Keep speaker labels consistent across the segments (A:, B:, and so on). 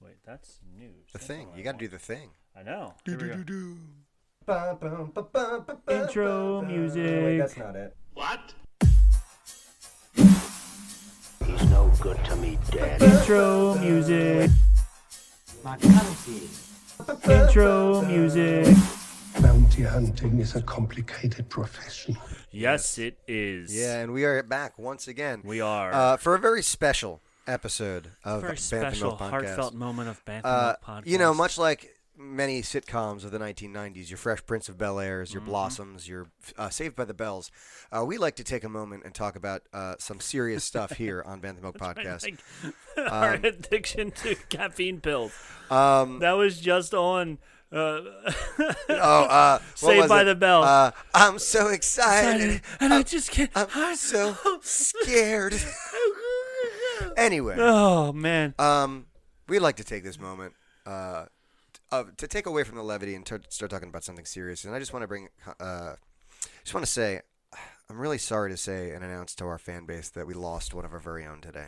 A: right. That's news.
B: The
A: That's
B: thing.
A: what I
B: You got to do
A: want.
B: the thing.
A: I know.
B: Do
A: Here we
B: do
A: go.
B: do do.
A: Intro
C: Intro
A: music.
C: Wait, that's not it.
D: What?
E: He's no good to me, Dad.
C: Intro music.
E: My country.
C: Intro music.
F: Bounty hunting is a complicated profession.
A: Yes, it is.
B: Yeah, and we are back once again.
A: We are.
B: uh, for a very special episode of
A: Very
B: Bantam
A: special,
B: Milk Podcast.
A: heartfelt moment of Bantam
B: Uh,
A: Milk Podcast.
B: you know, much like many sitcoms of the 1990s, your Fresh Prince of Bel Airs,
A: Mm-hmm.
B: your Blossoms, your uh, Saved by the Bells, uh, we like to take a moment and talk about uh, some serious stuff here on Bantam Milk Podcast.
A: Like, our addiction to caffeine pills.
B: Um,
A: That was just on. Uh,
B: oh, uh, what
A: Saved
B: was
A: by
B: it?
A: the Bell.
B: Uh, I'm so excited.
A: and I just can't.
B: I'm so scared. anyway.
A: Oh man.
B: Um, we'd like to take this moment uh, t- uh, to take away from the levity and t- start talking about something serious. And I just want to bring, uh, just want to say, I'm really sorry to say and announce to our fan base that we lost one of our very own today.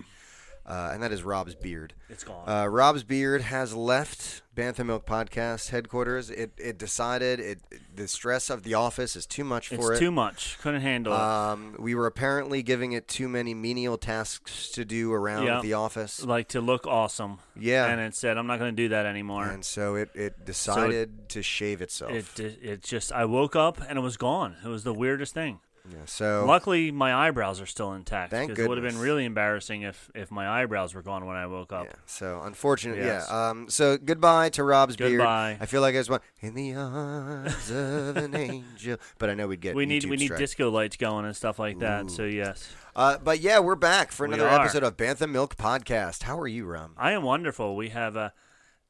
B: Uh, and that is Rob's beard.
A: It's gone.
B: Uh, Rob's beard has left Bantha Milk Podcast headquarters. It, it decided it, the stress of the office is too much for
A: it's
B: it.
A: too much. Couldn't handle
B: um, we were apparently giving it too many menial tasks to do around
A: Yeah.
B: the office.
A: it. Like to look awesome.
B: Yeah.
A: And it said, "I'm not going to do that anymore."
B: And oh, so it, it decided to shave itself.
A: it di- it just I woke up and it was gone. It was the weirdest thing.
B: yeah, so
A: Luckily, my eyebrows are still intact.
B: Thank
A: 'cause It would have been
B: goodness.
A: really embarrassing if if my eyebrows were gone when I woke up.
B: yeah, so unfortunately,
A: Yes.
B: yeah. Um, so goodbye to Rob's beard.
A: Goodbye.
B: I feel like I just went in the arms of an angel, but I know we'd get
A: We need
B: YouTube
A: we need
B: strike.
A: disco lights going and stuff like that. So yes,
B: Uh, but yeah, we're back for
A: We
B: another
A: are.
B: episode of Bantha Milk Podcast. How are you, Rum?
A: I am wonderful. We have a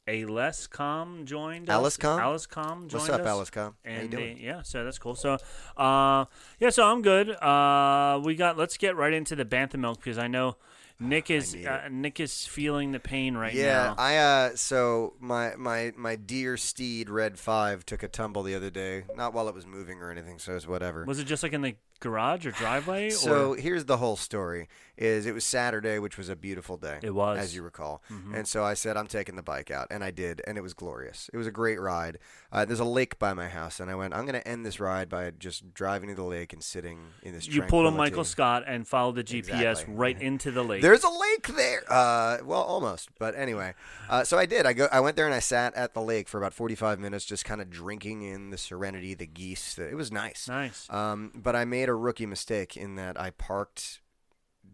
A: a less com joined
B: Alice
A: us.
B: Com?
A: Alice com joined
B: What's up,
A: us.
B: Alice Com? How you
A: And
B: doing?
A: uh, yeah, so that's cool. So uh, yeah, so I'm good. Uh, we got let's get right into the bantha milk because I know Nick is
B: Ah, need
A: uh, Nick is feeling the pain right
B: yeah,
A: now.
B: I uh, so my my my dear steed Red Five took a tumble the other day. Not while it was moving or anything, so it's whatever.
A: was it just like in the garage or driveway?
B: So
A: or?
B: here's the whole story: is it was Saturday, which was a beautiful day.
A: It was. Mm-hmm.
B: as you recall. And so I said, I'm taking the bike out, and I did, and it was glorious. It was a great ride. Uh, there's a lake by my house, and I went, I'm going to end this ride by just driving to the lake and sitting in this.
A: you pulled a Michael
B: tranquility.
A: Scott and followed the GPS
B: Exactly.
A: right into the lake.
B: There's a lake there. Uh, well, almost, but anyway. Uh, so I did. I go. I went there and I sat at the lake for about 45 minutes, just kind of drinking in the serenity, the geese. The, it was nice.
A: nice.
B: Um, but I made a rookie mistake in that I parked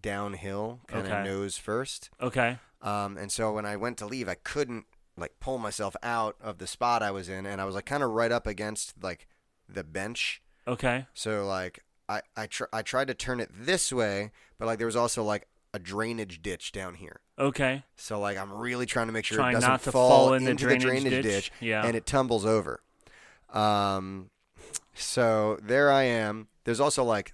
B: downhill, kind of
A: Okay.
B: nose first.
A: Okay.
B: Um, and so when I went to leave, I couldn't like pull myself out of the spot I was in, and I was like kind of right up against like the bench.
A: Okay.
B: So like I I tr- I tried to turn it this way, but like there was also like a drainage ditch down here.
A: Okay.
B: So like I'm really trying to make sure
A: Trying
B: it doesn't
A: not to
B: fall,
A: fall in
B: into
A: the drainage
B: drainage
A: ditch. Yeah.
B: and it tumbles over. Um, so there I am. There's also like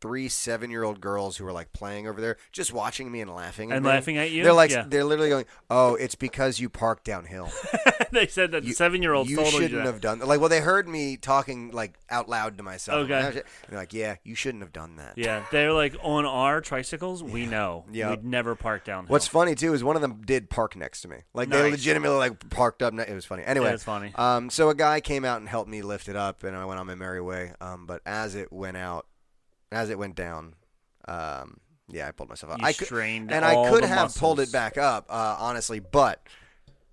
B: three seven year old girls who are like playing over there, just watching me and laughing at
A: And
B: me.
A: laughing at you?
B: They're like
A: Yeah.
B: they're literally going, "Oh, it's because you parked downhill."
A: they said that the seven year old
B: you
A: told
B: shouldn't
A: you that.
B: have done that. Like, well, they heard me talking like out loud to myself.
A: Okay.
B: And they're like, "Yeah, you shouldn't have done that."
A: Yeah, they're like on our tricycles. We know.
B: Yeah.
A: We'd never park downhill.
B: What's funny too is one of them did park next to me. Like they
A: Nice.
B: legitimately like parked up. Ne- it was funny. Anyway,
A: it's funny.
B: Um, so a guy came out and helped me lift it up, and I went on my merry way. Um, but as it went out, as it went down, um, yeah, I pulled myself up.
A: You
B: I could,
A: strained
B: and
A: all
B: I could
A: the
B: have pulled it
A: muscles.
B: back up, uh, honestly. But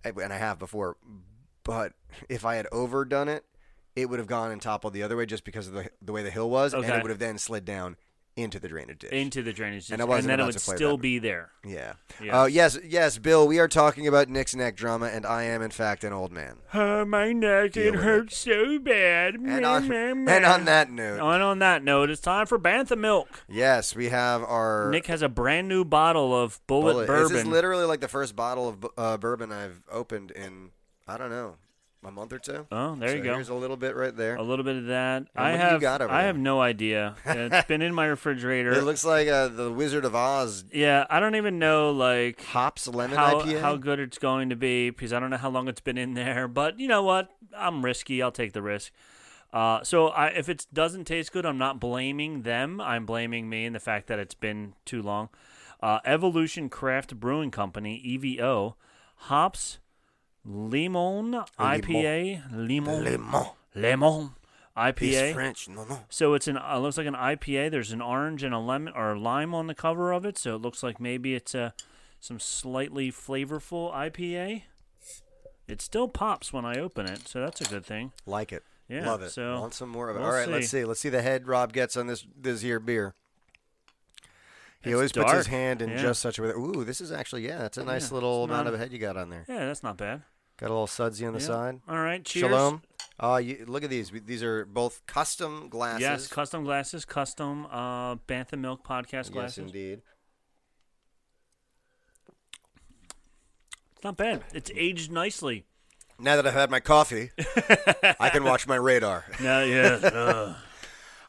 B: and I have before. But if I had overdone it, it would have gone and toppled the other way just because of the the way the hill was, and
A: Okay.
B: it would have then slid down into the drainage ditch.
A: into the drainage ditch,
B: And
A: and,
B: I wasn't
A: then it
B: about
A: would
B: to play
A: still
B: that.
A: be there.
B: Yeah.
A: Yes.
B: Oh yes, yes, Bill. We are talking about Nick's neck drama, and I am in fact an old man.
A: Oh, my neck!
B: Deal
A: It
B: with
A: hurts so bad.
B: And on, and on that note,
A: and on that note, it's time for Bantha Milk.
B: yes, we have our
A: Nick has a brand new bottle of Bullet,
B: Er- bullet.
A: Bourbon.
B: This is literally like the first bottle of bu- uh, bourbon I've opened in I don't know a month or two.
A: Oh, there
B: So
A: you go.
B: Here's a little bit right there.
A: a little bit of that.
B: And
A: I
B: what do you
A: have.
B: got over
A: I
B: there?
A: have no idea. It's been in my refrigerator.
B: It looks like uh, the Wizard of Oz
A: yeah, I don't even know like
B: hops lemon
A: how
B: IPA.
A: how good it's going to be because I don't know how long it's been in there. But you know what? I'm risky. I'll take the risk. Uh, so I, if it doesn't taste good, I'm not blaming them. I'm blaming me and the fact that it's been too long. Uh, Evolution Craft Brewing Company (EVO), E hops, limon IPA, limon,
B: Le Mans.
A: limon
B: He's
A: IPA.
B: French. No, no.
A: So it's an uh, looks like an IPA. There's an orange and a lemon or a lime on the cover of it, so it looks like maybe it's a some slightly flavorful IPA. It still pops when I open it, so that's a good thing.
B: Like it.
A: Yeah,
B: Love it.
A: so
B: Want some more of it.
A: we'll
B: All right, let's
A: see.
B: see. Let's see the head Rob gets on this this here beer. He
A: It's
B: always puts his
A: dark.
B: hand in
A: Yeah.
B: just such a way. that- Ooh, this is actually yeah, that's a nice
A: Yeah,
B: little
A: it's
B: amount
A: not-
B: of a head you got on there.
A: Yeah, that's not bad.
B: Got a little sudsy on the
A: Yeah.
B: side.
A: All right, cheers.
B: Shalom. Uh, you, look at these. We- These are both custom glasses.
A: Yes, custom glasses, custom uh, Bantha Milk podcast
B: Yes,
A: glasses.
B: indeed.
A: It's not bad. It's aged nicely.
B: Now that I've had my coffee, I can watch my radar.
A: No, yeah. uh,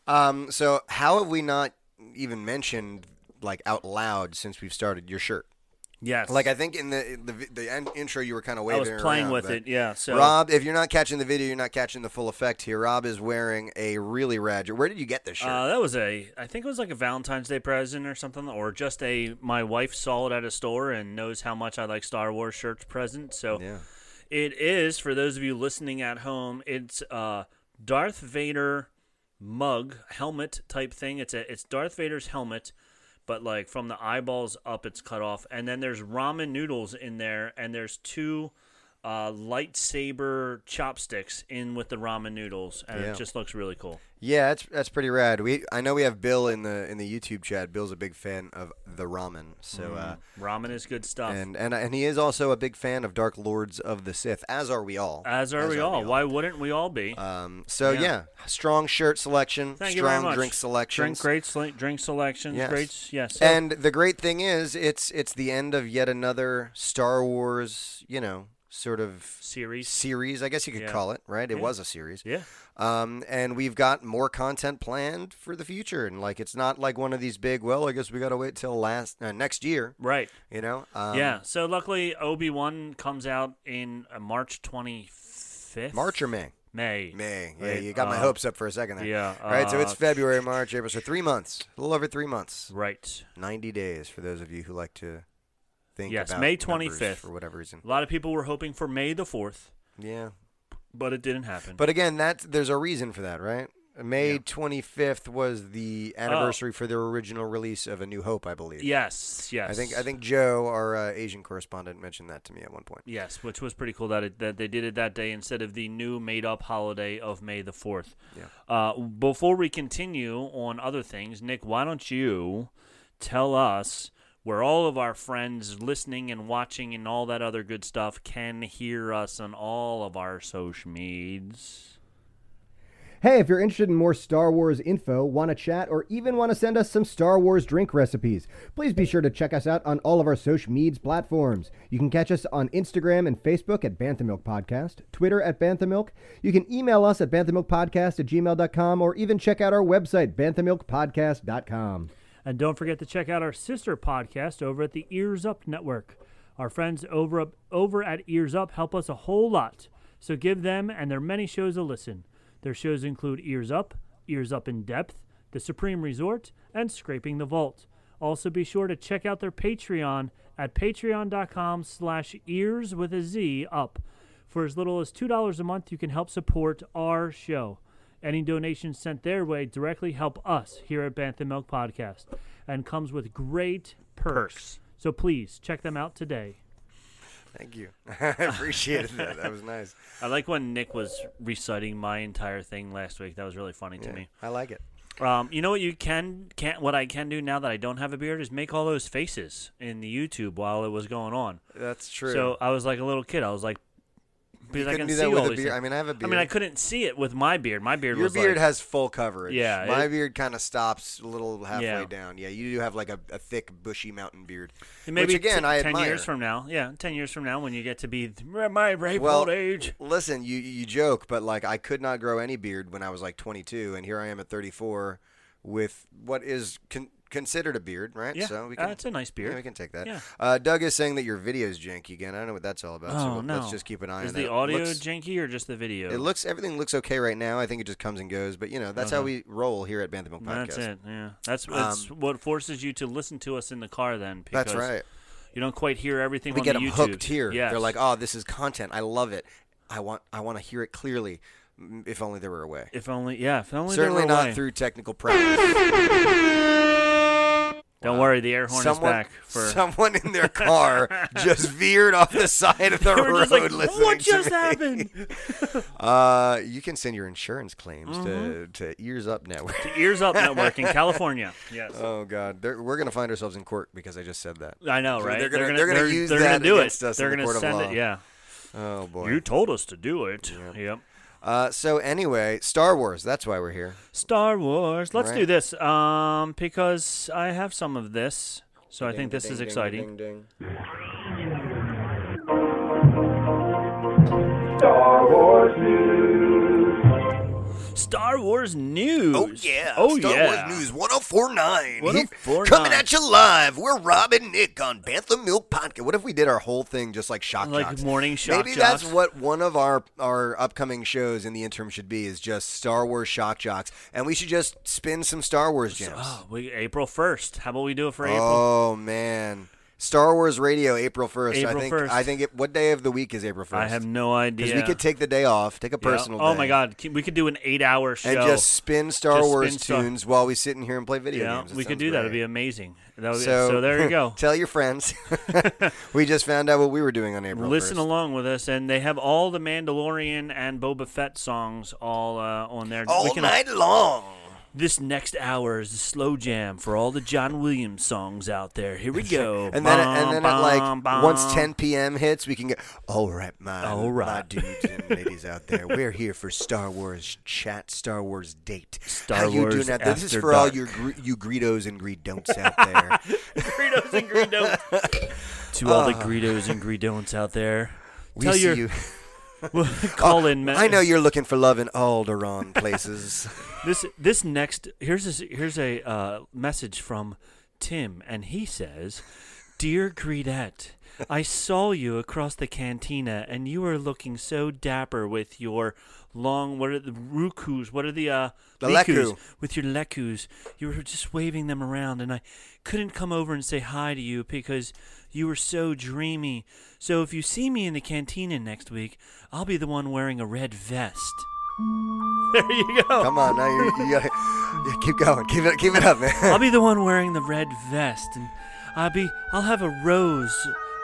B: Um, so how have we not even mentioned like out loud since we've started your shirt?
A: yes.
B: Like I think in the the, vi- the end intro you were kind of
A: I
B: waving.
A: was playing
B: around,
A: with
B: but-
A: it. Yeah. So
B: Rob, if you're not catching the video, you're not catching the full effect here. Rob is wearing a really rad. Where did you get this shirt?
A: Uh, that was a, I think it was like a Valentine's Day present or something, or just a my wife saw it at a store and knows how much I like Star Wars shirts present. So
B: yeah.
A: it is for those of you listening at home. It's uh, Darth Vader mug helmet type thing. It's a it's Darth Vader's helmet, but like from the eyeballs up, it's cut off, and then there's ramen noodles in there, and there's two. Uh, lightsaber chopsticks in with the ramen noodles, and
B: Yeah.
A: it just looks really cool.
B: Yeah, that's that's pretty rad. We I know we have Bill in the in the YouTube chat. Bill's a big fan of the ramen. So
A: Mm.
B: uh,
A: Ramen is good stuff.
B: and and and he is also a big fan of Dark Lords of the Sith, as are we all.
A: As are, we, all. Why wouldn't we all be?
B: Um, so yeah.
A: Yeah.
B: strong shirt selection,
A: Thank you
B: strong
A: very much.
B: drink selection.
A: Drink great sele- drink selections.
B: Yes.
A: Great. Yes.
B: And the great thing is, it's it's the end of yet another Star Wars, you know, sort of
A: series.
B: series. I guess you could
A: Yeah.
B: call it, right? It
A: Yeah.
B: was a series.
A: Yeah.
B: Um, and we've got more content planned for the future, and like it's not like one of these big. Well, I guess we got to wait till last uh, next year,
A: Right.
B: you know. Um,
A: yeah. So luckily, Obi wan comes out in uh, March twenty fifth.
B: March or May.
A: May.
B: May. Yeah,
A: Right,
B: you got my
A: uh,
B: hopes up for a second there.
A: yeah,
B: All right, so it's
A: uh,
B: February, March, April. So three months, a little over three months.
A: Right.
B: 90 days for those of you who like to think
A: Yes,
B: about
A: May
B: numbers
A: 25th.
B: for whatever reason.
A: A lot of people were hoping for May the fourth,
B: Yeah.
A: but it didn't happen.
B: But again, that's there's a reason for that, right? May
A: Yeah.
B: 25th was the anniversary for their original release of A New Hope, I believe.
A: yes. Yes.
B: I think I think Joe, our uh, Asian correspondent, mentioned that to me at one point.
A: Yes, which was pretty cool that it, that they did it that day instead of the new made up holiday of May the fourth.
B: Yeah.
A: Uh, before we continue on other things, Nick, why don't you tell us where all of our friends listening and watching and all that other good stuff can hear us on all of our social medias?
D: Hey, if you're interested in more Star Wars info, want to chat, or even want to send us some Star Wars drink recipes, please be sure to check us out on all of our social medias platforms. You can catch us on Instagram and Facebook at Banthamilk Podcast, Twitter at Banthamilk. You can email us at banthamilkpodcast at gmail.com, or even check out our website, banthamilkpodcast.com.
G: And don't forget to check out our sister podcast over at the Ears Up Network. Our friends over up, over at Ears Up help us a whole lot, so give them and their many shows a listen. Their shows include Ears Up, Ears Up in Depth, The Supreme Resort, and Scraping the Vault. Also, be sure to check out their Patreon at patreon.com slash ears with a Z up. For as little as $2 a month, you can help support our show. Any donations sent their way directly help us here at Bantha Milk Podcast and comes with great perks.
A: Perks.
G: So please check them out today.
B: Thank you. I appreciated that. That was nice.
A: I like when Nick was reciting my entire thing last week. That was really funny to me.
B: I like it.
A: Um, you know what you can can what I can do now that I don't have a beard is make all those faces in the YouTube while it was going on.
B: That's true.
A: So I was like a little kid. I was like, because I
B: couldn't
A: can
B: do
A: see
B: that with
A: all
B: a
A: these
B: beard.
A: things.
B: I mean, I have a
A: I mean,
B: beard.
A: I couldn't see it with my beard. My beard
B: Your
A: was
B: beard
A: like,
B: has full coverage.
A: Yeah,
B: my
A: it-
B: beard kind of stops a little halfway
A: Yeah.
B: down. Yeah, you do have like a, a thick, bushy mountain beard.
A: And maybe
B: which again,
A: t-
B: I
A: ten
B: admire.
A: years from now. Yeah, ten years from now, when you get to be th- my ripe
B: well,
A: old age.
B: listen, you you joke, but like I could not grow any beard when I was like 22, and here I am at 34 with what is con- considered a beard, right?
A: Yeah,
B: so we
A: uh,
B: can,
A: it's a nice
B: yeah,
A: beard.
B: we can take that.
A: Yeah.
B: Uh, Doug is saying that your video is janky again. I don't know what that's all about. so
A: oh
B: we'll-
A: no!
B: let's just keep an eye
A: Is
B: on
A: the
B: that.
A: audio
B: Looks-
A: janky or just the video?
B: It looks everything looks okay right now. I think it just comes and goes, but you know that's
A: Uh-huh.
B: how we roll here at Bantha Milk Podcast.
A: That's it. Yeah, that's, that's what forces you to listen to us in the car. Then because
B: Um, That's right.
A: You don't quite hear everything
B: We
A: on
B: get
A: the
B: them
A: YouTube.
B: hooked here.
A: Yes.
B: They're like, "Oh, this is content. I love it. I want. I want to hear it clearly. Mm, If only there were a way.
A: if only, yeah, if only there
B: Certainly
A: were a
B: not
A: way.
B: through technical prowess.
A: Don't worry, the air horn is back for.
B: uh, someone in their car just veered off the side of the
A: They were
B: road
A: just like,
B: listening
A: what
B: to
A: just
B: me."
A: happened?
B: Uh, you can send your insurance claims
A: Mm-hmm.
B: to, to Ears Up Network.
A: Ears Up Network in California. Yes.
B: oh God, They're, we're gonna find ourselves in court because I just said that.
A: I know,
B: So
A: right?
B: they're gonna- they're gonna use
A: they're
B: that
A: gonna do
B: against
A: it.
B: us in
A: they're
B: the
A: gonna
B: court of
A: send
B: law.
A: it. Yeah.
B: Oh boy.
A: You told us to do it. Yep.
B: uh, so anyway, Star Wars. That's why we're here.
A: Star Wars. Let's
B: Right.
A: do this. Um, because I have some of this, so I think this is exciting. Star Wars news.
B: Oh yeah.
A: Oh
B: Star
A: yeah.
B: Wars News 1049.
A: 1049.
B: Coming at you live. We're Rob and Nick on Bantha Milk Podcast. What if we did our whole thing just like shock
A: Like
B: jocks?
A: morning shock
B: Maybe that's
A: jocks.
B: what one of our our upcoming shows in the interim should be is just Star Wars shock jocks, and we should just spin some Star Wars gems.
A: Oh, we, April first. How about we do it for April?
B: Oh man. Star Wars Radio, April first. I
A: April
B: think.
A: 1st.
B: I think. It, what day of the week is April first?
A: I have no
B: Because
A: idea.
B: we could take the day off, take a
A: Yeah.
B: personal.
A: Oh
B: day,
A: my God, Can- we could do an eight-hour show.
B: And just spin Star
A: Just spin
B: Wars
A: Star-
B: tunes while we sit in here and play video
A: yeah,
B: games. That
A: we could
B: sounds
A: do that.
B: great.
A: It'd be amazing. That would be-
B: So,
A: so, there you go.
B: Tell your friends. we just found out what we were doing on April.
A: Listen
B: 1st.
A: along with us, and they have all the Mandalorian and Boba Fett songs all uh, on there. We
B: all
A: can-
B: night long.
A: This next hour is a slow jam for all the John Williams songs out there. Here we go.
B: And then,
A: Bum,
B: and then at like
A: bum, bum.
B: once 10 p.m. hits, we can get all right, my
A: All
B: my
A: right."
B: dudes and ladies out there. We're here for Star Wars chat, Star Wars date.
A: Star
B: How you
A: Wars
B: doing out there? This is
A: after
B: for all
A: dark.
B: your gre- you Greedos and Greedon'ts out there.
A: Greedos and Greedos. to all the Greedos and Greedones out there,
B: Uh. We
A: tell
B: see
A: your
B: you. Uh,
A: call in.
B: I know you're looking for love in Alderaan places.
A: this this next here's a, here's a uh, message from Tim, and he says, "Dear Greedette, I saw you across the cantina, and you were looking so dapper with your long what are the rukus? What are the uh
B: The
A: likus?
B: leku.
A: With your lekus, you were just waving them around, and I couldn't come over and say hi to you because." You were so dreamy. So if you see me in the cantina next week, I'll be the one wearing a red vest. There you go.
B: Come on, now you're, you gotta, yeah, keep going, keep it, keep it up, man.
A: I'll be the one wearing the red vest, and I'll be I'll have a rose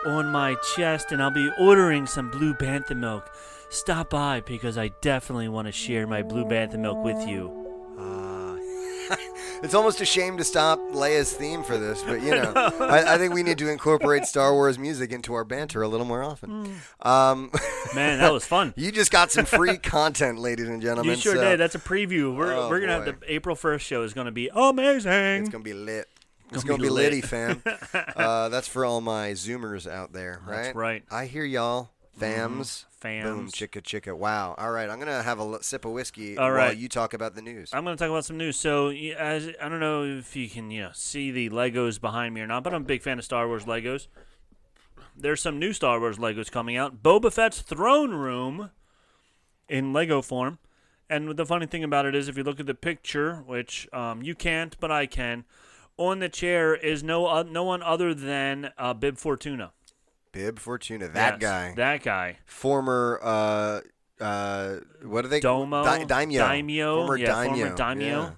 A: on my chest, and I'll be ordering some blue bantha milk. Stop by because I definitely want to share my blue bantha milk with you.
B: It's almost a shame to stop Leia's theme for this, but you know, I, I think we need to incorporate Star Wars music into our banter a little more often.
A: Hmm.
B: Um,
A: Man, that was fun.
B: you just got some free content, ladies and gentlemen.
A: you sure
B: so
A: did. eh? That's a preview. We're,
B: Oh,
A: we're gonna
B: boy.
A: have the April first show is gonna be amazing.
B: It's gonna be lit. It's
A: Gonna
B: gonna,
A: be
B: be,
A: lit.
B: litty, fam. uh, that's for all my Zoomers out there, right?
A: That's right. Mm-hmm.
B: I hear y'all, fams. Boom,
A: fams.
B: chicka chicka. Wow. All right, I'm gonna have a l- sip of whiskey
A: All
B: while
A: right.
B: you talk about the news.
A: I'm going to talk about some news. So, y- as I don't know if you can, you know, see the Legos behind me or not, but I'm a big fan of Star Wars Legos. There's some new Star Wars Legos coming out. Boba Fett's throne room in Lego form. And the funny thing about it is, if you look at the picture, which um, you can't, but I can, on the chair is no uh, no one other than uh, Bib Fortuna.
B: Bib Fortuna, that
A: Yes,
B: guy.
A: That guy.
B: former uh uh what are they
A: Domo,
B: Di- daimyo
A: Daimyo,
B: former
A: yeah,
B: daimyo
A: former daimyo.
B: yeah.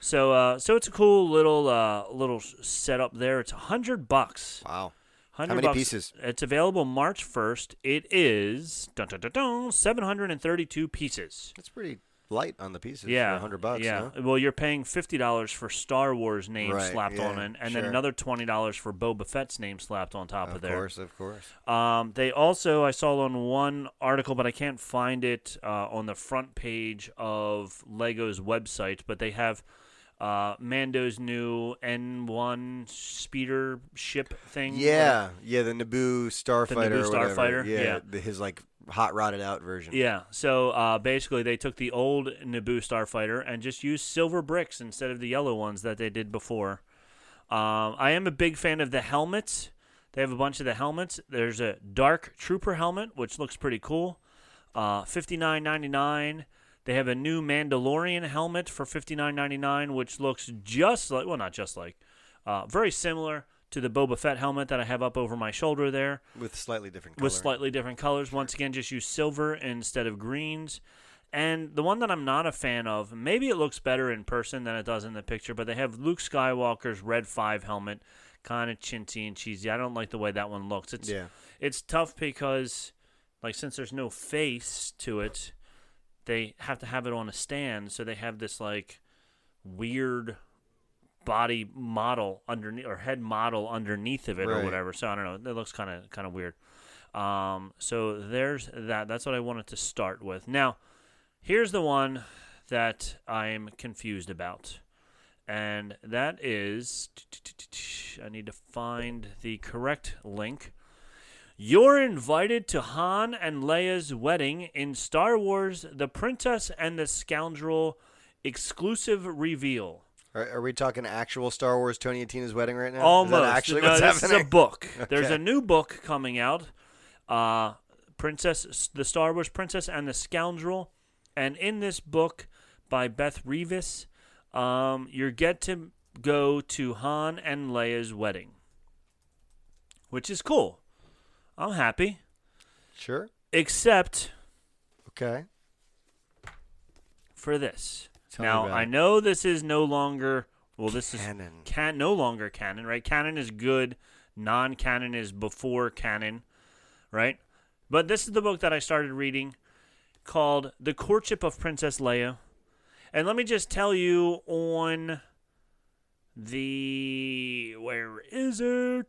A: So, uh, so it's a cool little uh, little s- setup there. It's a hundred bucks.
B: wow
A: 100
B: many
A: bucks.
B: pieces?
A: It's available March 1st. It is dun, dun, dun, dun, 732 pieces.
B: that's pretty light on the pieces
A: yeah.
B: for 100 bucks
A: Yeah.
B: huh?
A: Well, you're paying $50 for Star Wars name
B: Right,
A: slapped
B: yeah,
A: on it, and
B: sure.
A: then another $20 for Boba Fett's name slapped on top of,
B: of
A: there.
B: course of course
A: Um, they also, I saw on one article, but I can't find it uh, on the front page of Lego's website, but they have uh, Mando's new N1 speeder ship thing.
B: yeah yeah the naboo starfighter
A: Naboo
B: or whatever.
A: Starfighter,
B: yeah,
A: yeah.
B: The, his like hot rotted out version
A: Yeah. So uh, basically, they took the old Naboo starfighter and just used silver bricks instead of the yellow ones that they did before. Um, I am a big fan of the helmets. They have a bunch of the helmets. There's a dark trooper helmet, which looks pretty cool. Uh, fifty nine ninety nine. They have a new Mandalorian helmet for fifty nine ninety nine, which looks just like well, not just like, uh, very similar to the Boba Fett helmet that I have up over my shoulder there
B: with slightly different color.
A: with slightly different colors. Once again, just use silver instead of greens. And the one that I'm not a fan of, maybe it looks better in person than it does in the picture, but they have Luke Skywalker's Red 5 helmet, kind of chintzy and cheesy. I don't like the way that one looks. It's
B: Yeah.
A: it's tough because like since there's no face to it, they have to have it on a stand, so they have this like weird body model underneath or head model underneath of it or
B: Right.
A: whatever. So I don't know. It looks kind of kind of weird. Um, so there's that. That's what I wanted to start with. Now, here's the one that I'm confused about, and that is I need to find the correct link. You're invited to Han and Leia's wedding in Star Wars The Princess and the Scoundrel exclusive reveal.
B: Are, are we talking actual Star Wars Tony and Tina's wedding right now?
A: Almost.
B: Is that actually
A: no,
B: what's
A: this
B: happening?
A: is a book. There's
B: Okay.
A: a new book coming out. Uh, Princess, the Star Wars Princess and the Scoundrel, and in this book by Beth Revis, um, you get to go to Han and Leia's wedding, which is cool. I'm happy,
B: Sure.
A: except
B: Okay.
A: for this.
B: Tell me
A: now
B: about
A: I
B: it.
A: know this is no longer well this is
B: Canon.
A: can no longer canon, right? Canon is good, non-canon is before canon, right? But this is the book that I started reading called The Courtship of Princess Leia. And let me just tell you on the where is it?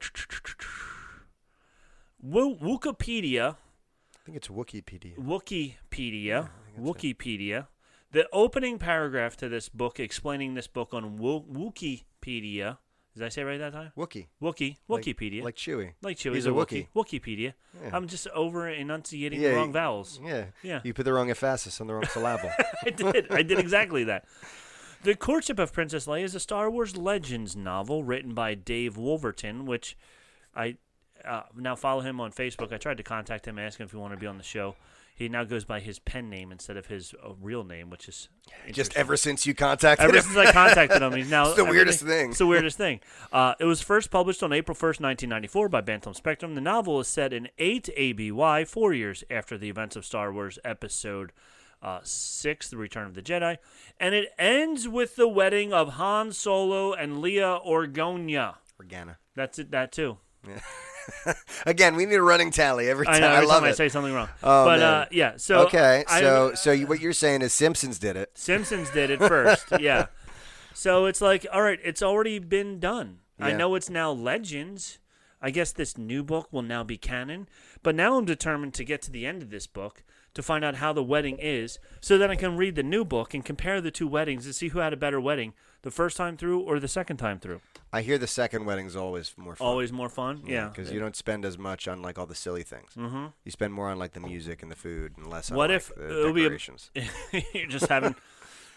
A: Wo- Wikipedia
B: I think it's Wikipedia.
A: Wikipedia. Wikipedia. The opening paragraph to this book, explaining this book on Wo- Wikipedia. Did I say it right that time?
B: Wookie.
A: Wiki.
B: Like-
A: Wikipedia.
B: Like Chewie.
A: like Chewie's
B: He's
A: a
B: a
A: Wookie.
B: Wookiee.
A: Wikipedia.
B: Yeah.
A: I'm just over enunciating
B: Yeah,
A: wrong
B: you-
A: vowels.
B: Yeah.
A: Yeah.
B: You put the wrong emphasis on the wrong syllable.
A: I did. I did exactly that. The Courtship of Princess Leia is a Star Wars Legends novel written by Dave Wolverton, which I uh, now follow him on Facebook. I tried to contact him, ask him if he wanted to be on the show. He now goes by his pen name instead of his uh, real name, which is
B: Just
A: interesting.
B: ever since you contacted
A: Ever
B: him.
A: since I contacted him, he's now
B: It's the weirdest
A: everything-
B: thing.
A: It's the weirdest thing. Uh, it was first published on April 1st, 1994, by Bantam Spectrum. The novel is set in 8 ABY, four years after the events of Star Wars Episode uh, 6, The Return of the Jedi, and it ends with the wedding of Han Solo and Leia Orgonia.
B: Organa.
A: That's it. That too.
B: Again, we need a running tally every time.
A: I know. Every
B: love
A: time
B: it.
A: I say something wrong.
B: Oh,
A: but
B: man.
A: Uh, yeah. So
B: okay,
A: I-
B: so so you, what you're saying is Simpsons did it.
A: Simpsons did it first. yeah. So it's like, all right, it's already been done. I
B: Yeah.
A: know it's now Legends. I guess this new book will now be canon. But now I'm determined to get to the end of this book to find out how the wedding is so that I can read the new book and compare the two weddings and see who had a better wedding the first time through or the second time through.
B: I hear the second wedding's always more fun.
A: Always more fun. Yeah.
B: because you don't spend as much on like all the silly things. Mm-hmm. You spend more on like the music and the food and less on
A: What
B: like,
A: if
B: the
A: it would be a-
B: decorations.
A: you're just having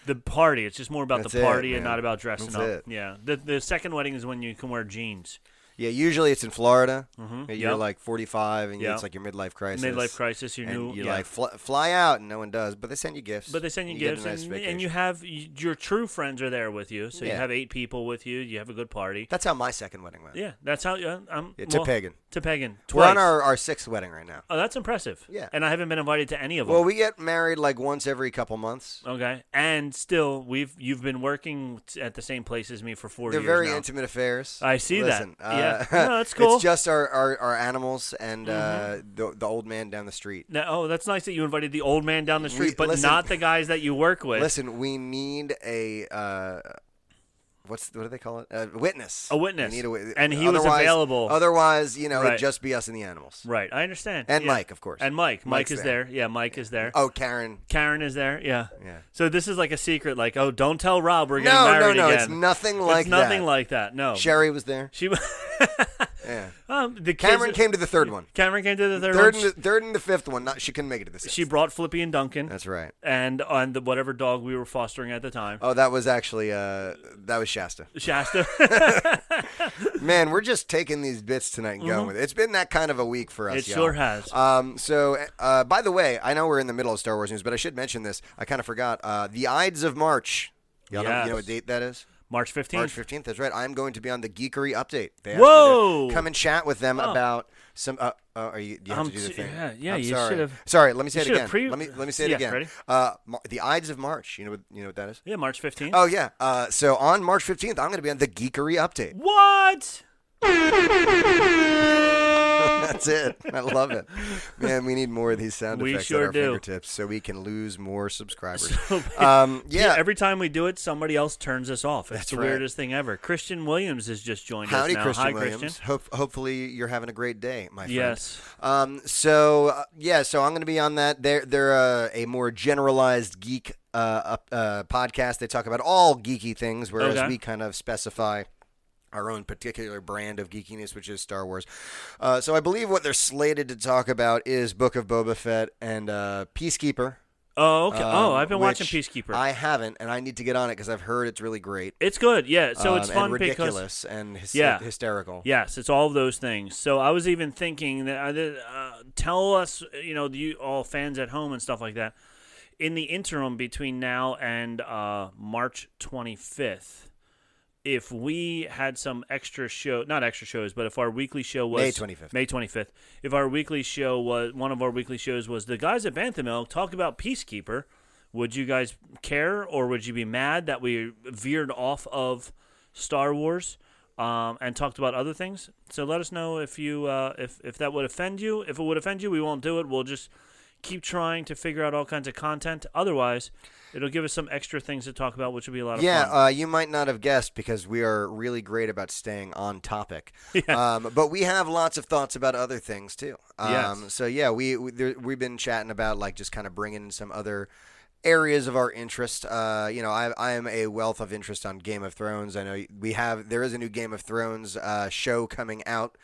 A: the party. It's just more about
B: That's
A: the
B: it,
A: party and
B: man.
A: not about dressing
B: That's
A: up.
B: it.
A: Yeah. The, the second wedding is when you can wear jeans.
B: yeah, usually it's in Florida. Mm-hmm. You're
A: Yep.
B: like 45 and you-
A: Yeah.
B: it's like your midlife crisis.
A: Midlife crisis, your
B: and
A: new-
B: you
A: yeah.
B: like fl- fly out and no one does, but they send you gifts.
A: But they send you,
B: get a
A: gifts,
B: nice
A: and, and you
B: vacation.
A: have y- your true friends are there with you. So you
B: Yeah.
A: have eight people with you. You have a good party.
B: That's how my second wedding went.
A: Yeah, that's how. Yeah, I'm
B: Yeah, to Pagan.
A: To Pagan.
B: We're
A: Twice.
B: on our, our sixth wedding right now.
A: oh, that's impressive.
B: Yeah.
A: and I haven't been invited to any of them.
B: Well, we get married like once every couple months.
A: okay, and still we've you've been working t- at the same place as me for 4
B: They're
A: years
B: very
A: now.
B: intimate affairs.
A: I see that.
B: Listen,
A: Yeah.
B: Uh,
A: No, that's cool. Mm-hmm.
B: It's just our, our, our animals and uh, the, the old man down the street.
A: Now, oh, that's nice that you invited the old man down the street,
B: We-
A: but
B: listen-
A: not the guys that you work with.
B: Listen, we need a uh, what's what do they call it? A witness.
A: A witness.
B: We need a wit-
A: And he was
B: otherwise-
A: available.
B: Otherwise, you know,
A: Right.
B: it'd just be us and the animals.
A: right, I understand.
B: And
A: Yeah.
B: Mike, of course.
A: And Mike, Mike
B: Mike's
A: is there.
B: there.
A: Yeah, Mike is there.
B: Oh, Karen.
A: Karen is there. Yeah.
B: Yeah.
A: So this is like a secret. Like, oh, don't tell Rob we're getting
B: No, no,
A: married
B: no.
A: again.
B: It's nothing like
A: it's nothing
B: that.
A: like that. No.
B: Sherry was there.
A: She.
B: Yeah.
A: um, the kids-
B: Cameron came to the third one.
A: Cameron came to the third,
B: Third
A: one.
B: and the, third and the fifth one. Not she couldn't make it to the sixth.
A: she brought Flippy and Duncan,
B: That's right.
A: and on the whatever dog we were fostering at the time,
B: Oh, that was actually uh, that was Shasta.
A: Shasta.
B: Man, we're just taking these bits tonight and going with it. It's been that kind of a week for us.
A: Mm-hmm. It
B: y'all.
A: sure has.
B: Um, so, uh, by the way, I know we're in the middle of Star Wars news, but I should mention this. I kind of forgot. Uh, the Ides of March. Y'all know, you know
A: Yes.
B: what date that is?
A: March 15th.
B: March 15th. That's right. I'm going to be on the Geekery update. They asked Me
A: Whoa! Oh.
B: to come and chat with them about some. Uh, uh, are you? You have
A: Um,
B: to do the
A: s-
B: thing.
A: yeah, yeah,
B: I'm
A: you
B: sorry.
A: should've-
B: Sorry. Let me
A: you
B: say it
A: should've
B: again.
A: pre-
B: let me let me say it
A: Yeah,
B: again.
A: ready?
B: Uh, Mar- the Ides of March. You know what you know what that is?
A: Yeah, March 15th.
B: Oh yeah. Uh, so on March 15th, I'm going to be on the Geekery update.
A: What?
B: That's it. I love it. Man, we need more of these sound
A: We
B: effects
A: sure
B: at our
A: do.
B: fingertips so we can lose more subscribers. um, yeah.
A: Every time we do it, somebody else turns us off. It's
B: That's
A: the
B: right.
A: weirdest thing ever. Christian Williams has just joined
B: Howdy,
A: us now.
B: Christian
A: Hi,
B: Williams.
A: Christian.
B: Hope, hopefully, you're having a great day, my friend.
A: Yes.
B: Um, so uh, yeah, so I'm going to be on that. They're they're uh, a more generalized geek uh, up- uh, podcast. They talk about all geeky things, whereas
A: Okay.
B: we kind of specify our own particular brand of geekiness, which is Star Wars. Uh, so I believe what they're slated to talk about is Book of Boba Fett and uh, Peacekeeper.
A: Oh, okay. oh,
B: um,
A: I've been watching
B: which
A: Peacekeeper.
B: I haven't, and I need to get on it because I've heard it's really great.
A: it's good. Yeah. So it's
B: um,
A: fun
B: and
A: because
B: ridiculous and hys-
A: Yeah.
B: hysterical.
A: Yes, it's all of those things. So I was even thinking that uh, tell us, you know, you all fans at home and stuff like that, in the interim between now and uh, March 25th, if we had some extra show, not extra shows, but if our weekly show was
B: May 25th.
A: May 25th, if our weekly show was one of our weekly shows was the guys at Bantha Milk talk about Peacekeeper, would you guys care or would you be mad that we veered off of Star Wars um, and talked about other things? So let us know if you uh, if if that would offend you. If it would offend you, we won't do it. We'll just keep trying to figure out all kinds of content. Otherwise, it'll give us some extra things to talk about, which would be a lot of fun.
B: Yeah, uh, you might not have guessed because we are really great about staying on topic. Um, but we have lots of thoughts about other things too. Um,
A: Yes.
B: So yeah, we, we there, we've been chatting about like just kind of bringing in some other areas of our interest. Uh, you know, I, I am a wealth of interest on Game of Thrones. I know we have there is a new Game of Thrones uh, show coming out.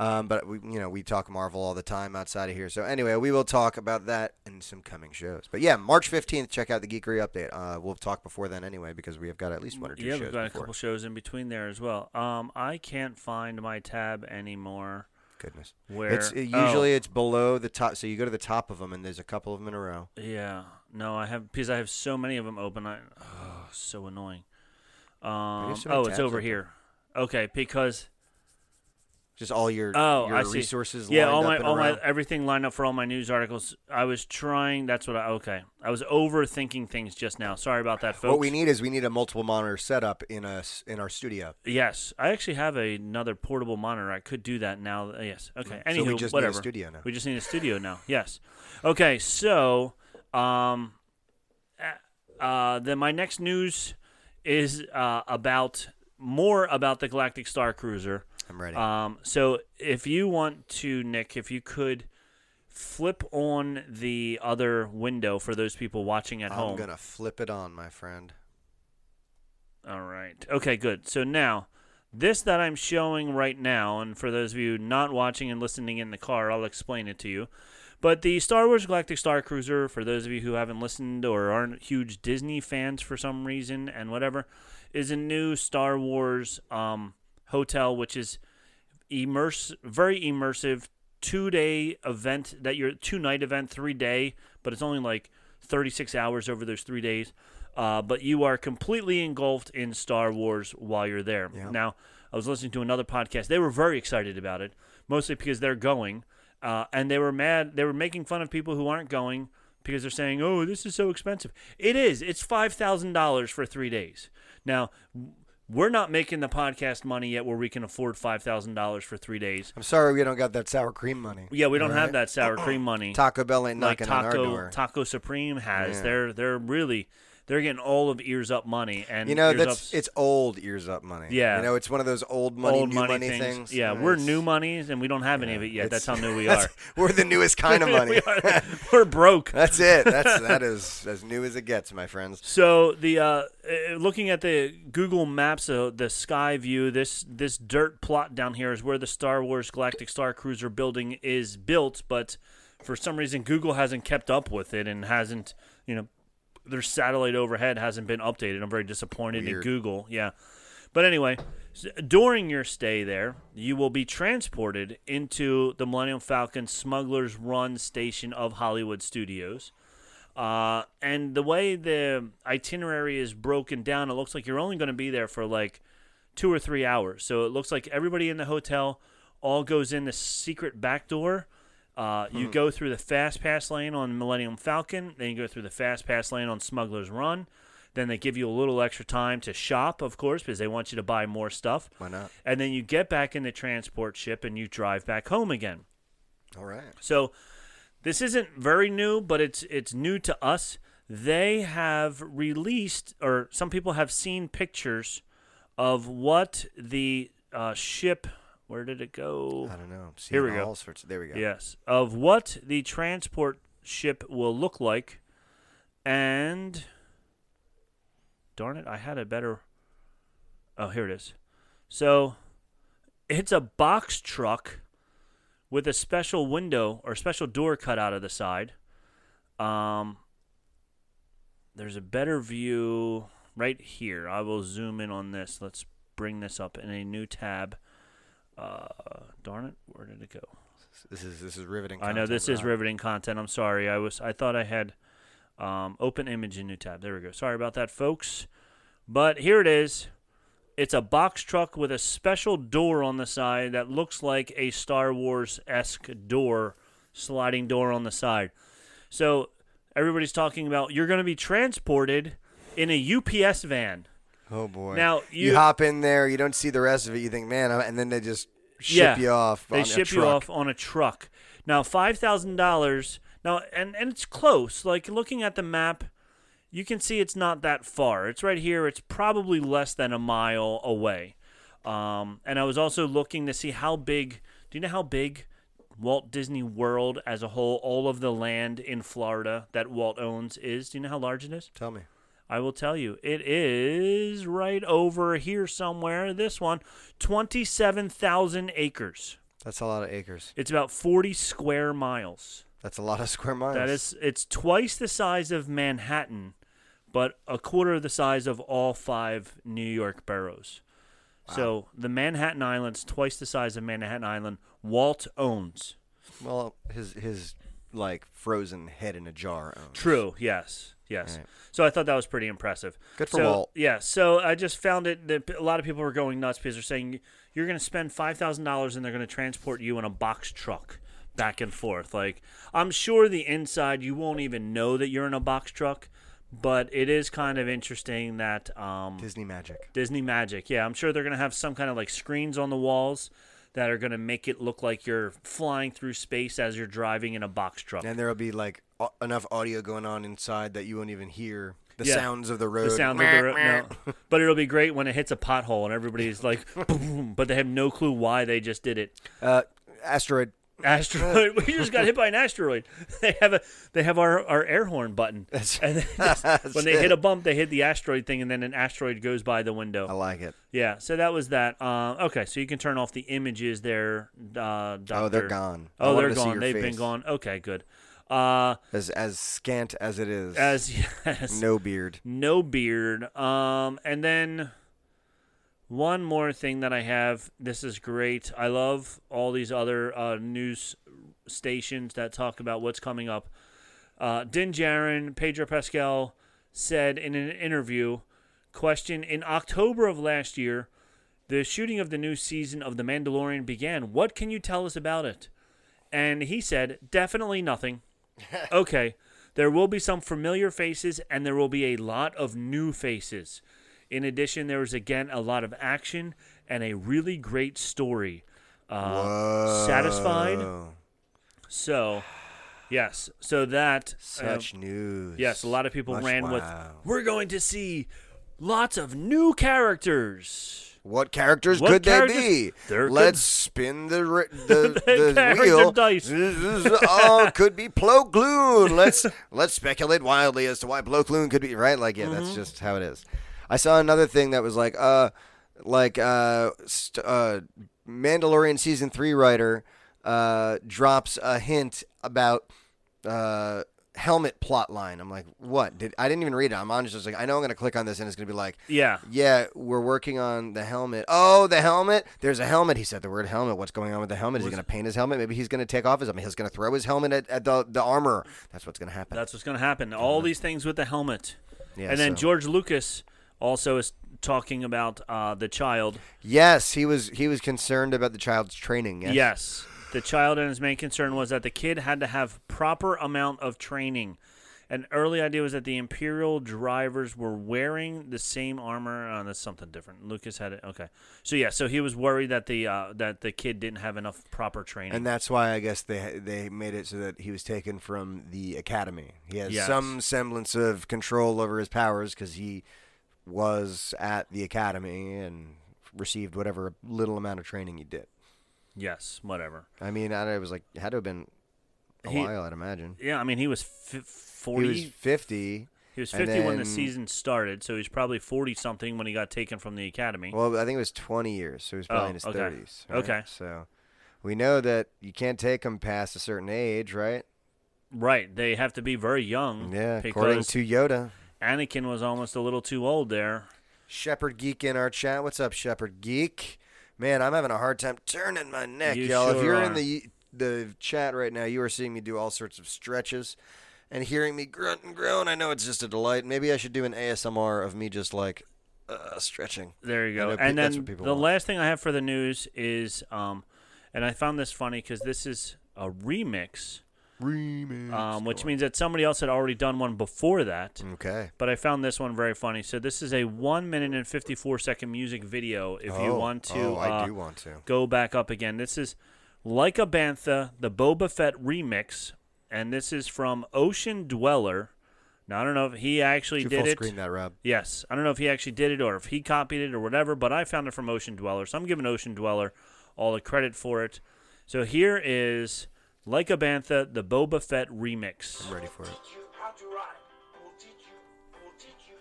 B: Um, but we, you know, we talk Marvel all the time outside of here. So anyway, we will talk about that and some coming shows. But yeah, March fifteenth, check out the Geekery update. Uh, we'll talk before then anyway because we have got at least one or two
A: yeah,
B: shows
A: we've got a
B: before.
A: couple shows in between there as well. Um, I can't find my tab anymore.
B: Goodness,
A: Where
B: it's it-
A: oh,
B: usually it's below the top. So you go to the top of them, and there's a couple of them in a row.
A: yeah. No, I have because I have so many of them open. I oh, so annoying. Um,
B: so many
A: oh, it's
B: tabs
A: over
B: open.
A: here. Okay, because
B: Just all your
A: oh,
B: your
A: I see.
B: resources.
A: Yeah,
B: lined
A: all
B: up
A: my
B: in a
A: all
B: row.
A: my everything lined up for all my news articles. I was trying. That's what I okay. I was overthinking things just now. Sorry about that, folks.
B: What we need is we need a multiple monitor setup in us in our studio.
A: Yes, I actually have another portable monitor. I could do that now. Yes. Okay. Anywho,
B: So we just need a
A: whatever.
B: studio now.
A: We just need a studio now. Yes. Okay. So, um, uh, uh, then my next news is uh, about more about the Galactic Star Cruiser.
B: I'm ready.
A: Um, so if you want to, Nick, if you could flip on the other window for those people watching at
B: I'm
A: home.
B: gonna flip it on, my friend.
A: All right. Okay, good. So now, this that I'm showing right now, and for those of you not watching and listening in the car, I'll explain it to you. But the Star Wars Galactic Star Cruiser, for those of you who haven't listened or aren't huge Disney fans for some reason and whatever, is a new Star Wars um, hotel, which is immerse very immersive two day event that your two night event three day but it's only like 36 hours over those three days uh, but you are completely engulfed in star wars while you're there now i was listening to another podcast they were very excited about it mostly because they're going uh, and they were mad they were making fun of people who aren't going because they're saying oh this is so expensive it is it's $5000 for three days now we're not making the podcast money yet where we can afford $5000 for three days
B: I'm sorry we don't got that sour cream money.
A: yeah, we don't have
B: Alright?
A: that sour cream money.
B: Taco Bell ain't
A: like
B: knocking on our
A: Taco
B: door.
A: Taco Supreme has.
B: Yeah.
A: They're they're really they're getting all of ears up money and
B: You know,
A: Ears
B: that's
A: Up's
B: it's old ears up money.
A: Yeah.
B: You know, it's one of those old money,
A: old
B: new
A: money,
B: money,
A: things.
B: things.
A: Yeah,
B: Uh,
A: we're
B: it's-
A: new monies and we don't have any of it yet.
B: it's-
A: That's how new we are.
B: that's- We're the newest kind of money.
A: we are we're broke.
B: that's it. That's that is as new as it gets, my friends.
A: So the uh, uh, looking at the Google Maps, uh, the sky view, this this dirt plot down here is where the Star Wars Galactic Star Cruiser building is built, but for some reason Google hasn't kept up with it and hasn't, you know, their satellite overhead hasn't been updated. I'm very disappointed in
B: Weird.
A: Google. Yeah, but anyway, s- during your stay there, you will be transported into the Millennium Falcon Smuggler's Run station of Hollywood Studios. Uh, and the way the itinerary is broken down, it looks like you're only going to be there for like two or three hours. So it looks like everybody in the hotel all goes in the secret back door. Uh,
B: Hmm.
A: You go through the fast pass lane on Millennium Falcon, then you go through the fast pass lane on Smuggler's Run. Then they give you a little extra time to shop, of course, because they want you to buy more stuff.
B: Why not?
A: And then you get back in the transport ship and you drive back home again.
B: All right.
A: So this isn't very new, but it's it's new to us. They have released, or some people have seen pictures of what the uh, ship. Where did it go?
B: I don't know. I'm
A: Here we
B: seeing
A: go.
B: All sorts. There we go.
A: Yes, of what the transport ship will look like, and darn it, I had a better. Oh, here it is. So, it's a box truck with a special window or special door cut out of the side. Um, there's a better view right here. I will zoom in on this. Let's bring this up in a new tab. Uh, darn it, where did it go?
B: This is this is riveting.
A: I know
B: content,
A: this is
B: Rob.
A: riveting content. I'm sorry. I was I thought I had um, open image in new tab. There we go. Sorry about that, folks. But here it is. It's a box truck with a special door on the side that looks like a Star Wars esque door, sliding door on the side. So everybody's talking about you're going to be transported in a UPS van.
B: Oh boy.
A: Now,
B: you,
A: you-
B: hop in there. You don't see the rest of it. You think, man, I'm-" and then they just ship you off.
A: They
B: on a
A: ship you
B: truck.
A: off on a truck. Now five thousand dollars. Now and and it's close. Like looking at the map, you can see it's not that far. It's right here. It's probably less than a mile away. Um, and I was also looking to see how big. Do you know how big Walt Disney World as a whole, all of the land in Florida that Walt owns is? Do you know how large it is?
B: Tell me.
A: I will tell you. It is right over here somewhere. This one, 27,000 acres.
B: That's a lot of acres.
A: It's about 40 square miles.
B: That's a lot of square miles.
A: That is it's twice the size of Manhattan, but a quarter of the size of all five New York boroughs. So, the Manhattan Island's twice the size of Manhattan Island. Walt owns.
B: well, his his like frozen head in a jar. owns.
A: True. Yes. Yes. So I thought that was pretty impressive.
B: Good for
A: so,
B: Walt.
A: Yeah. So I just found it that p- a lot of people were going nuts because they're saying you're going to spend five thousand dollars and they're going to transport you in a box truck back and forth. Like I'm sure the inside you won't even know that you're in a box truck, but it is kind of interesting that um,
B: Disney magic.
A: Disney magic. Yeah, I'm sure they're going to have some kind of like screens on the walls that are going to make it look like you're flying through space as you're driving in a box truck.
B: And there'll be like au- enough audio going on inside that you won't even hear the
A: Yeah.
B: sounds of the road.
A: the sound of the ro- no. But it'll be great when it hits a pothole and everybody's like, boom, but they have no clue why they just did it.
B: Uh, asteroid.
A: Asteroid, we just got hit by an asteroid. They have a they have our, our air horn button, and they just- when they hit a bump, they hit the asteroid thing, and then an asteroid goes by the window.
B: I like it.
A: Yeah, so that was that. Uh, okay, so you can turn off the images there, uh, Doctor.
B: Oh, they're gone. I
A: Oh,
B: wanted
A: they're
B: to see
A: gone.
B: your
A: They've been
B: face.
A: gone. Okay, good. Uh,
B: As as scant as it is.
A: as yes,
B: no beard.
A: no beard. Um, and then one more thing that I have. This is great. I love all these other uh, news stations that talk about what's coming up. Uh, Din Djarin, Pedro Pascal said in an interview, question in October of last year, the shooting of the new season of The Mandalorian began. What can you tell us about it? And he said, definitely nothing. okay. There will be some familiar faces and there will be a lot of new faces. In addition, there was again a lot of action and a really great story. Uh, satisfied?
B: Whoa.
A: So, yes. So that. uh,
B: Such news.
A: Yes, a lot of people
B: Much
A: ran with.
B: wow.
A: We're going to see lots of new characters.
B: What characters
A: What
B: could
A: characters-
B: they be?
A: There
B: Let's
A: could-
B: spin the ri- the,
A: The
B: the,
A: character
B: wheel.
A: dice.
B: oh, could be Plo Gloon. Let's let's speculate wildly as to why Plo Gloon could be right. Like yeah,
A: Mm-hmm.
B: that's just how it is. I saw another thing that was like uh like uh, st- uh Mandalorian season three writer uh drops a hint about uh helmet plot line. I'm like, what? Did I didn't even read it. I'm honest. Just like, I know I'm gonna click on this and it's gonna be like,
A: Yeah.
B: yeah, we're working on the helmet. Oh, the helmet. There's a helmet. He said the word helmet. What's going on with the helmet? Is he gonna paint his helmet? Maybe he's gonna take off his helmet. He's gonna throw his helmet at, at the the armor. That's what's gonna happen.
A: That's what's going to happen. All these things with the helmet.
B: Uh-huh. Yeah,
A: and then
B: so-
A: George Lucas also is talking about uh, the child.
B: yes, he was he was concerned about the child's training. Yes.
A: Yes. The child and his main concern was that the kid had to have proper amount of training. An early idea was that the Imperial drivers were wearing the same armor. Oh, that's something different. Lucas had it. Okay. So yeah, so he was worried that the uh, that the kid didn't have enough proper training.
B: And that's why I guess they they made it so that he was taken from the academy. He has
A: Yes.
B: some semblance of control over his powers because he was at the academy and received whatever little amount of training he did.
A: yes, whatever.
B: I mean, I it was like it had to have been a
A: He-
B: while, I'd imagine.
A: Yeah, I mean he was f-
B: He
A: 40
B: was fifty.
A: He was
B: and
A: 50 when the
B: then-
A: season started, so he's probably 40 something when he got taken from the academy.
B: Well, I think it was twenty years, so he was probably
A: Oh,
B: in his
A: okay.
B: thirties.
A: Okay.
B: so we know that you can't take him past a certain age, right?
A: right, they have to be very young.
B: Yeah, according
A: because
B: to Yoda.
A: Anakin was almost a little too old there.
B: Shepherd Geek in our chat. What's up, Shepherd Geek? Man, I'm having a hard time turning my neck,
A: You
B: y'all. if
A: sure
B: you're
A: are.
B: in the the chat right now, you are seeing me do all sorts of stretches and hearing me grunt and groan. I know it's just a delight. Maybe I should do an ASMR of me just like uh, stretching.
A: There you
B: I
A: go.
B: know pe-
A: and
B: that's
A: then
B: what people
A: the
B: want.
A: last thing I have for the news is, um, and I found this funny because this is a remix,
B: Remix.
A: um, which means that somebody else had already done one before that.
B: Okay.
A: But I found this one very funny. So this is a one minute and fifty four second music video. If you
B: Oh,
A: want to,
B: oh, I
A: uh,
B: do want to.
A: go back up again. This is like a bantha, the Boba Fett remix, and this is from Ocean Dweller. Now I don't know if he actually
B: Did you
A: did
B: full
A: it.
B: screen that, Rob?
A: Yes. I don't know if he actually did it or if he copied it or whatever, but I found it from Ocean Dweller. So I'm giving Ocean Dweller all the credit for it. So here is Like a Bantha, the Boba Fett remix.
B: I'm ready for it.
H: teach you how to ride. I will teach you. I will teach you.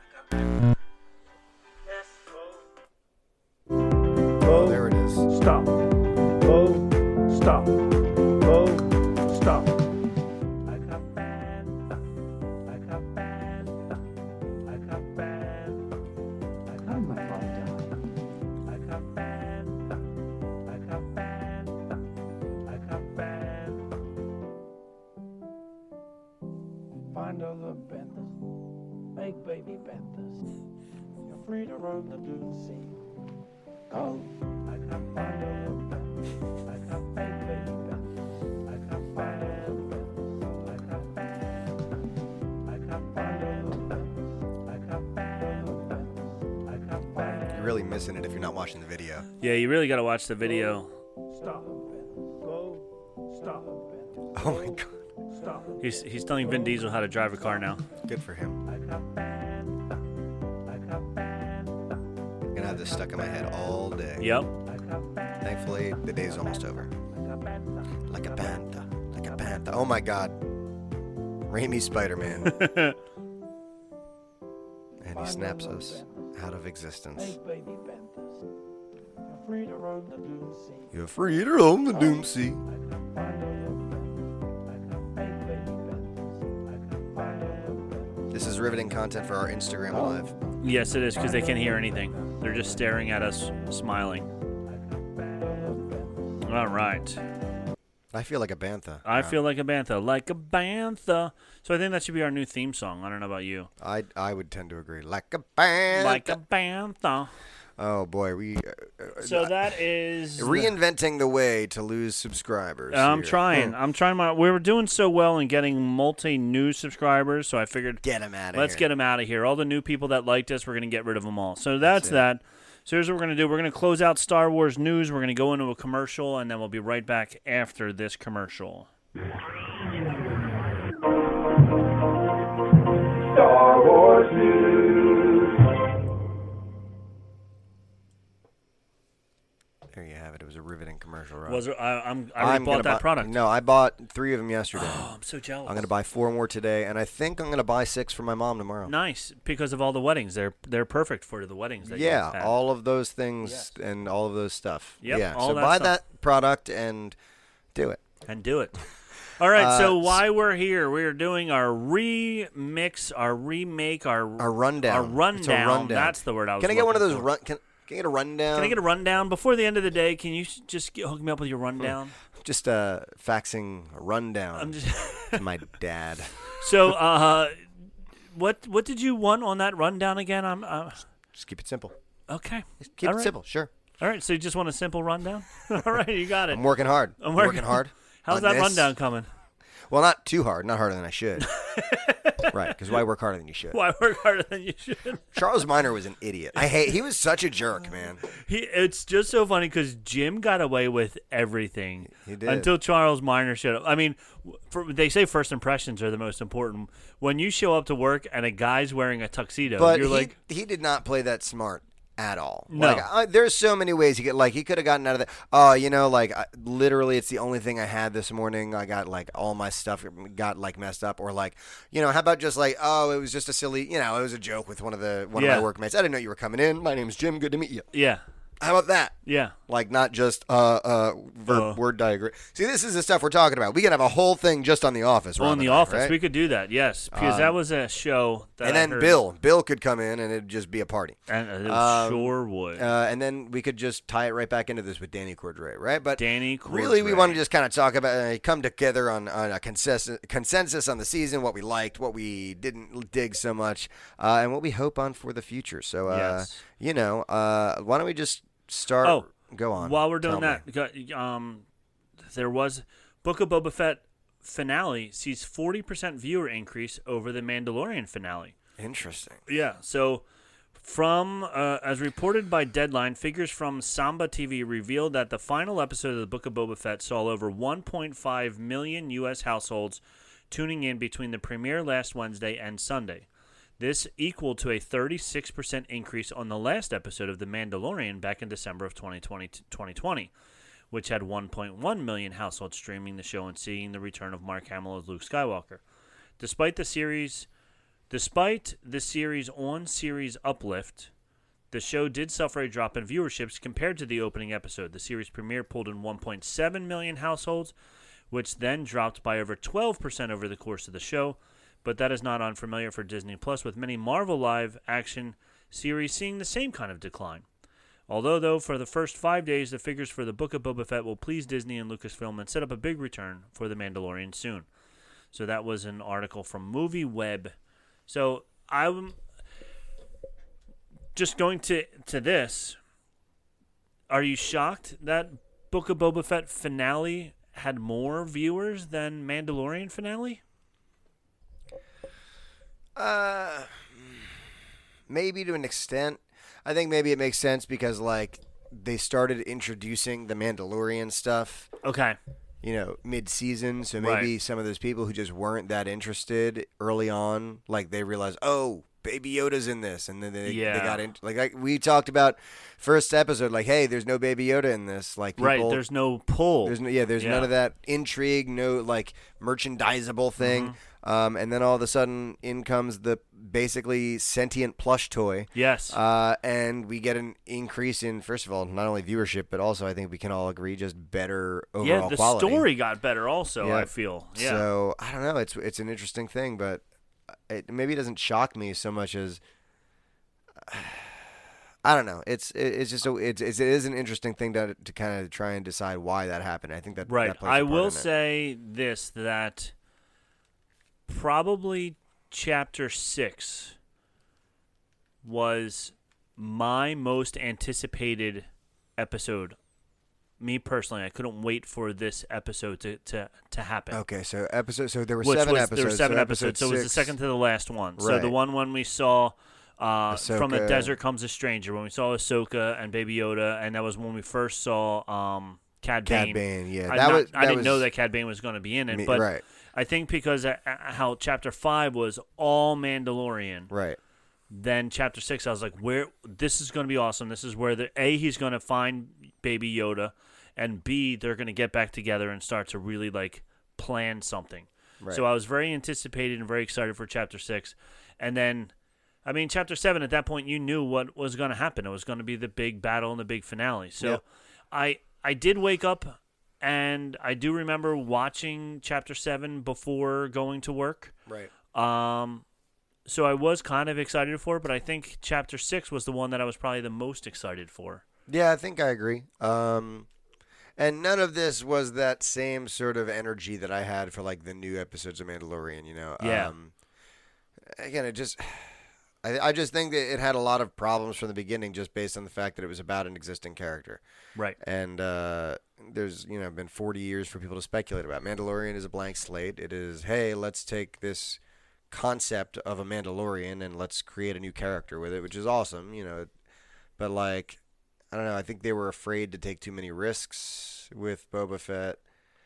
H: Like a man. Let's go.
B: Oh, there it is.
G: Stop. Go. Stop. Go. Stop.
H: Like a man. Like a man. Like a man. Like a man. Like a man. Like a man. Like a man. Find other panthers. Make baby panthers. You're free to roam the dune sea. Go. I can find other panthers. I can make baby panthers. I can find other panthers. I can I can find other panthers. I can find other panthers. I can find other
B: You're really missing it if you're not watching the video.
A: Yeah, you really got to watch the video.
H: Stop him, Ben. Go. Stop him, Ben.
B: Oh my god.
H: Stop him.
A: He's, he's telling Vin Diesel how to drive a car now.
B: Good for him.
H: Like a panther. Like a panther.
B: I'm gonna have this stuck in my head all day.
A: Yep.
H: Like a panther.
B: Thankfully, the day's almost over.
H: Like a panther.
B: Like a panther. Like a panther. Oh my god. Raimi Spider Man. and he snaps us out of existence.
H: Make baby panthers. You're free to roam the dune sea.
B: You're free to roam the doomsea.
H: I can find other panthers. I can make baby panthers. I can find other panthers.
B: This is riveting content for our Instagram live.
A: Yes, it is because they can't hear anything. They're just staring at us, smiling. All right.
B: I feel like a bantha.
A: I feel like a bantha, like a bantha. So I think that should be our new theme song. I don't know about you.
B: I I would tend to agree. Like a bantha.
A: Like a bantha.
B: oh boy, we uh, uh,
A: So that is.
B: reinventing the way to lose subscribers.
A: I'm
B: here.
A: trying.
B: Mm.
A: I'm trying my. We were doing so well in getting multi new subscribers, so I figured
B: Get him out of
A: let's
B: here.
A: get them out of here. All the new people that liked us, we're going to get rid of them all. So that's,
B: it.
A: that. So here's what we're going to do. We're going to close out Star Wars news. We're going to go into a commercial, and then we'll be right back after this commercial.
C: Star Wars news.
B: There you have it. It was a riveting commercial. Rob.
A: Was there- I, I'm I already
B: I'm
A: bought
B: gonna
A: that
B: buy-
A: product.
B: No, I bought three of them yesterday.
A: Oh, I'm so jealous.
B: I'm gonna buy four more today, and I think I'm gonna buy six for my mom tomorrow.
A: nice because of all the weddings. They're they're perfect for the weddings. That
B: yeah,
A: you
B: all of those things and all of those stuff.
A: Yep,
B: yeah,
A: all
B: so
A: that
B: buy
A: stuff.
B: that product and do it.
A: and do it. All right,
B: Uh,
A: so why we're here? We're doing our remix, our remake, our
B: A rundown.
A: Our
B: It's a
A: rundown.
B: rundown.
A: That's the word I was.
B: Can I get one of
A: looking
B: those
A: for.
B: run? Can, can I get a rundown?
A: Can I get a rundown before the end of the day? Can you s- just get, hook me up with your
B: Hmm.
A: rundown?
B: just uh, faxing a rundown
A: I'm just
B: to my dad.
A: so. Uh, what what did you want on that rundown again? I'm uh,
B: Just keep it simple.
A: okay.
B: Keep
A: All
B: it
A: right.
B: simple. Sure.
A: All right, so you just want a simple rundown? All right, you got it.
B: I'm working hard.
A: I'm working-
B: hard.
A: How's
B: on
A: that
B: this.
A: rundown coming?
B: Well, not too hard. Not harder than I should. right. Because why work harder than you should?
A: Why work harder than you should?
B: Charles Minor was an idiot. I hate. He was such a jerk, man.
A: He, it's just so funny because Jim got away with everything
B: He did.
A: until Charles Minor showed up. I mean, w- for, they say first impressions are the most important. When you show up to work and a guy's wearing a tuxedo,
B: But
A: you're
B: he,
A: like,
B: he did not play that smart at all.
A: No.
B: Like, I, there's so many ways he could like he could have gotten out of that. Oh, you know, like I, literally, it's the only thing I had this morning. I got like all my stuff got like messed up, or like you know, how about just like oh, it was just a silly, you know, it was a joke with one of the one
A: Yeah.
B: of my workmates. I didn't know you were coming in. My name's Jim. Good to meet you.
A: yeah,
B: How about that?
A: yeah.
B: Like not just uh uh verb
A: Uh.
B: word diagram. See, this is the stuff we're talking about. We can have a whole thing just on the office.
A: On
B: Robin,
A: the
B: right? Um,
A: office, we could do that, yes, because that was a show. That
B: and
A: I
B: then
A: heard-
B: Bill, Bill could come in, and it'd just be a party.
A: and it
B: Um,
A: sure would.
B: Uh, and then we could just tie it right back into this with Danny Cordray, right? But
A: Danny
B: really, we
A: Cordray.
B: want to just kind of talk about, uh, come together on, on a consensus, consensus on the season, what we liked, what we didn't dig so much, uh, and what we hope on for the future. So, uh,
A: Yes.
B: you know, uh, why don't we just start?
A: Oh,
B: go on.
A: While we're
B: Tell
A: doing
B: me.
A: that, got- um, there was Book of Boba Fett finale sees forty percent viewer increase over the Mandalorian finale.
B: interesting.
A: Yeah. So, from uh, as reported by Deadline, figures from Samba TV revealed that the final episode of the Book of Boba Fett saw over 1.5 million U.S. households tuning in between the premiere last Wednesday and Sunday. This equal to a 36% increase on the last episode of The Mandalorian back in December of 2020, 2020 which had 1.1 million households streaming the show and seeing the return of Mark Hamill as Luke Skywalker. Despite the series Despite the series on series uplift, the show did suffer a drop in viewerships compared to the opening episode. The series premiere pulled in 1.7 million households, which then dropped by over 12% over the course of the show. But that is not unfamiliar for Disney Plus, with many Marvel live action series seeing the same kind of decline. Although, though, for the first five days, the figures for the Book of Boba Fett will please Disney and Lucasfilm and set up a big return for The Mandalorian soon. So that was an article from Movie Web. So I'm just going to to this. Are you shocked that Book of Boba Fett finale had more viewers than Mandalorian finale?
B: Uh, maybe to an extent. I think maybe it makes sense because like they started introducing the Mandalorian stuff.
A: Okay.
B: you know, mid season. So
A: Right.
B: maybe some of those people who just weren't that interested early on, like they realize, oh, Baby Yoda's in this, and then they,
A: Yeah.
B: they got in. Like, like we talked about first episode, like, hey, there's no Baby Yoda in this. Like, people,
A: right. There's no pull.
B: there's no, yeah, there's
A: Yeah.
B: none of that intrigue, no like merchandisable thing.
A: Mm-hmm.
B: Um, and then all of a sudden, in comes the basically sentient plush toy.
A: Yes.
B: Uh, and we get an increase in, first of all, not only viewership, but also I think we can all agree just better overall
A: yeah. The
B: quality.
A: story got better. Also,
B: Yeah.
A: I feel. Yeah.
B: So I don't know. It's it's an interesting thing, but uh, it maybe it doesn't shock me so much as I don't know. It's it, it's just a, it's, it's it is an interesting thing to to kind of try and decide why that happened. I think that
A: Right.
B: That plays a
A: I
B: part
A: will
B: in it.
A: say this that probably chapter six was my most anticipated episode. Me personally, I couldn't wait for this episode to, to, to happen.
B: Okay, so episode. So Oh, there were
A: Which
B: seven
A: was,
B: episodes.
A: There were seven
B: so
A: episodes, so it was the
B: six-
A: second to the last one. So the
B: Right.
A: one when we saw uh, from a
B: Ahsoka.
A: desert comes a stranger, when we saw Ahsoka and Baby Yoda, and that was when we first saw um, Cad
B: Cad
A: Bane.
B: Bane, yeah,
A: I,
B: that
A: not-
B: was-
A: I
B: that
A: didn't know
B: was-
A: that Cad Bane was going to be in it,
B: Me-
A: but
B: right.
A: I think because uh uh, how Chapter Five was all Mandalorian,
B: Right.
A: then chapter six, I was like, where this is going to be awesome. This is where the a he's going to find Baby Yoda, and b they're going to get back together and start to really like plan something. So I was very anticipated and very excited for chapter six, and then, I mean, chapter seven. At that point, you knew what was going to happen. It was going to be the big battle and the big finale. So, I I did wake up and I do remember watching Chapter Seven before going to work.
B: Right.
A: Um, so I was kind of excited for it, but I think Chapter Six was the one that I was probably the most excited for.
B: Yeah, I think I agree. Um, and none of this was that same sort of energy that I had for like the new episodes of Mandalorian. You know.
A: Yeah.
B: Um, again, it just. I, I just think that it had a lot of problems from the beginning, just based on the fact that it was about an existing character.
A: Right.
B: And uh, there's you know been 40 years for people to speculate about. Mandalorian is a blank slate. It is hey, let's take this concept of a Mandalorian and let's create a new character with it, which is awesome, you know. But like, I don't know. I think they were afraid to take too many risks with Boba Fett,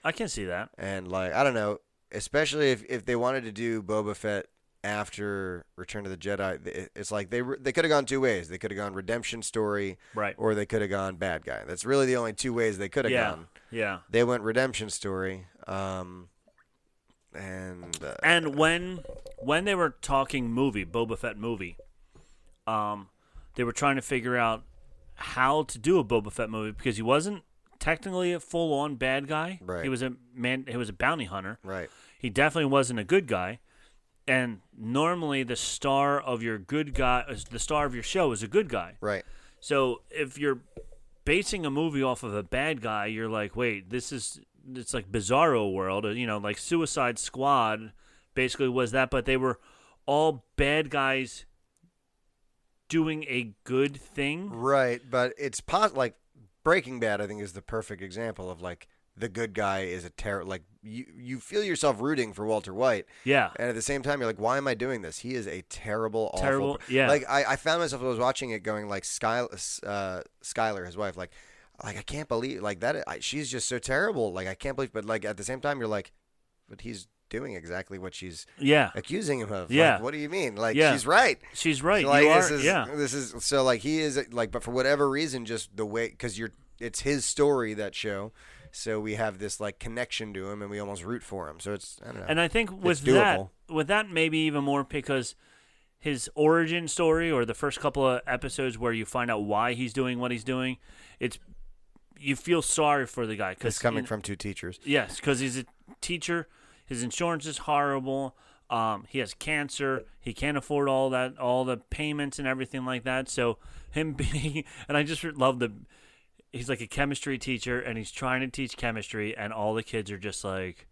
A: I can see that.
B: and like I don't know, especially if if they wanted to do Boba Fett after Return of the Jedi, th- it's like they were- they could have gone two ways. They could have gone redemption story,
A: Right.
B: or they could have gone bad guy. That's really the only two ways they could have
A: yeah.
B: gone.
A: Yeah.
B: They went redemption story, um, and uh,
A: And when when they were talking movie, Boba Fett movie, um, they were trying to figure out how to do a Boba Fett movie because he wasn't technically a full on bad guy.
B: Right.
A: He was a man. He was a bounty hunter.
B: right,
A: He definitely wasn't a good guy. And normally, the star of your good guy, is- the star of your show, is a good guy.
B: right,
A: So if you're basing a movie off of a bad guy, you're like, wait, this is it's like Bizarro World, or, you know, like Suicide Squad. Basically, was that, but they were all bad guys doing a good thing.
B: right. But it's pos- like Breaking Bad. I think is the perfect example of like the good guy is a terror. Like you, you feel yourself rooting for Walter White,
A: Yeah,
B: And at the same time, you're like, why am I doing this? He is a terrible, awful.
A: Terrible-
B: per-
A: yeah.
B: Like I, I found myself as I was watching it going like Sky, uh, Skylar, his wife, like, like I can't believe like that. I, she's just so terrible. Like I can't believe. But like at the same time, you're like, but he's doing exactly what she's
A: yeah,
B: accusing him of.
A: Yeah.
B: Like, what do you mean? Like
A: Yeah.
B: she's right.
A: she's right.
B: So, like,
A: you
B: this
A: are,
B: is
A: yeah,
B: this is so like he is like, but for whatever reason, just the way because you're it's his story that show. So we have this like connection to him, and we almost root for him. So it's I don't know.
A: and I think with
B: It's
A: that,
B: doable.
A: with that, maybe even more because his origin story or the first couple of episodes where you find out why he's doing what he's doing, it's you feel sorry for the guy because
B: it's coming from two teachers.
A: Yes, because he's a teacher. His insurance is horrible. Um, he has cancer. He can't afford all that, all the payments and everything like that. So him being, and I just love the. He's like a chemistry teacher, and he's trying to teach chemistry, and all the kids are just like,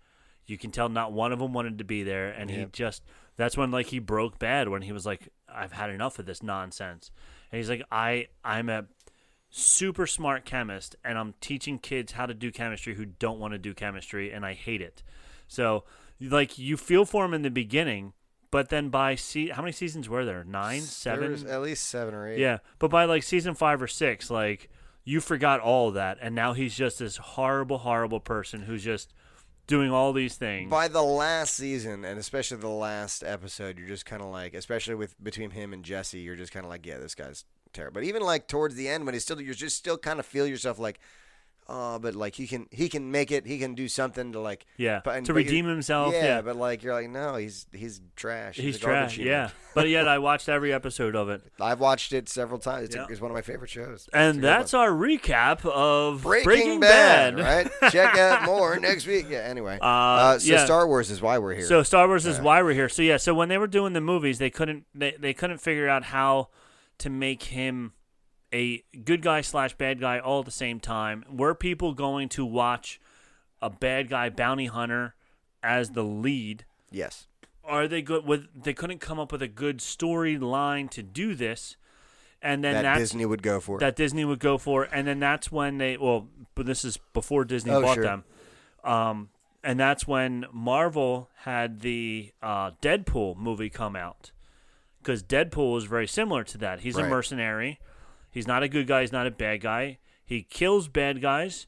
A: you can tell not one of them wanted to be there, and he just. That's when like he broke bad when he was like, I've had enough of this nonsense, and he's like, I I'm a super smart chemist and I'm teaching kids how to do chemistry who don't want to do chemistry and I hate it. So like you feel for him in the beginning, but then by se- how many seasons were there? Nine,
B: There
A: seven?
B: was at least seven or eight.
A: yeah, but by like season 5 or 6 like you forgot all of that and now he's just this horrible horrible person who's just doing all these things.
B: By the last season, and especially the last episode, you're just kind of like, especially with between him and Jesse, you're just kind of like, yeah, this guy's terrible. But even like towards the end, when he's still, you're just still kind of feel yourself like, oh, but like he can, he can make it. He can do something to like,
A: Yeah,
B: but,
A: to
B: but you-
A: redeem himself, yeah.
B: but like you're like, no, he's he's trash.
A: he's
B: a garbage
A: trash.
B: human.
A: Yeah. but yet I watched every episode of it.
B: I've watched it several times. It's, a-
A: Yeah.
B: it's one of my favorite shows. It's a
A: And
B: good
A: that's
B: one.
A: our recap of
B: Breaking,
A: Breaking,
B: Bad,
A: Bad.
B: right? Check out more next week. Yeah. Anyway, uh, so
A: yeah.
B: Star Wars is why we're here.
A: So Star Wars is why we're here. So yeah, so when they were doing the movies, they couldn't they, they couldn't figure out how to make him a good guy slash bad guy all at the same time. Were people going to watch a bad guy bounty hunter as the lead?
B: yes.
A: Are they good with they couldn't come up with a good storyline to do this? And then
B: that
A: that's
B: Disney would go for.
A: that Disney would go for, and then that's when they well, but this is before Disney
B: Oh,
A: bought
B: sure.
A: them, um, and that's when Marvel had the uh, Deadpool movie come out because Deadpool is very similar to that. He's
B: Right.
A: a mercenary. He's not a good guy. He's not a bad guy. He kills bad guys,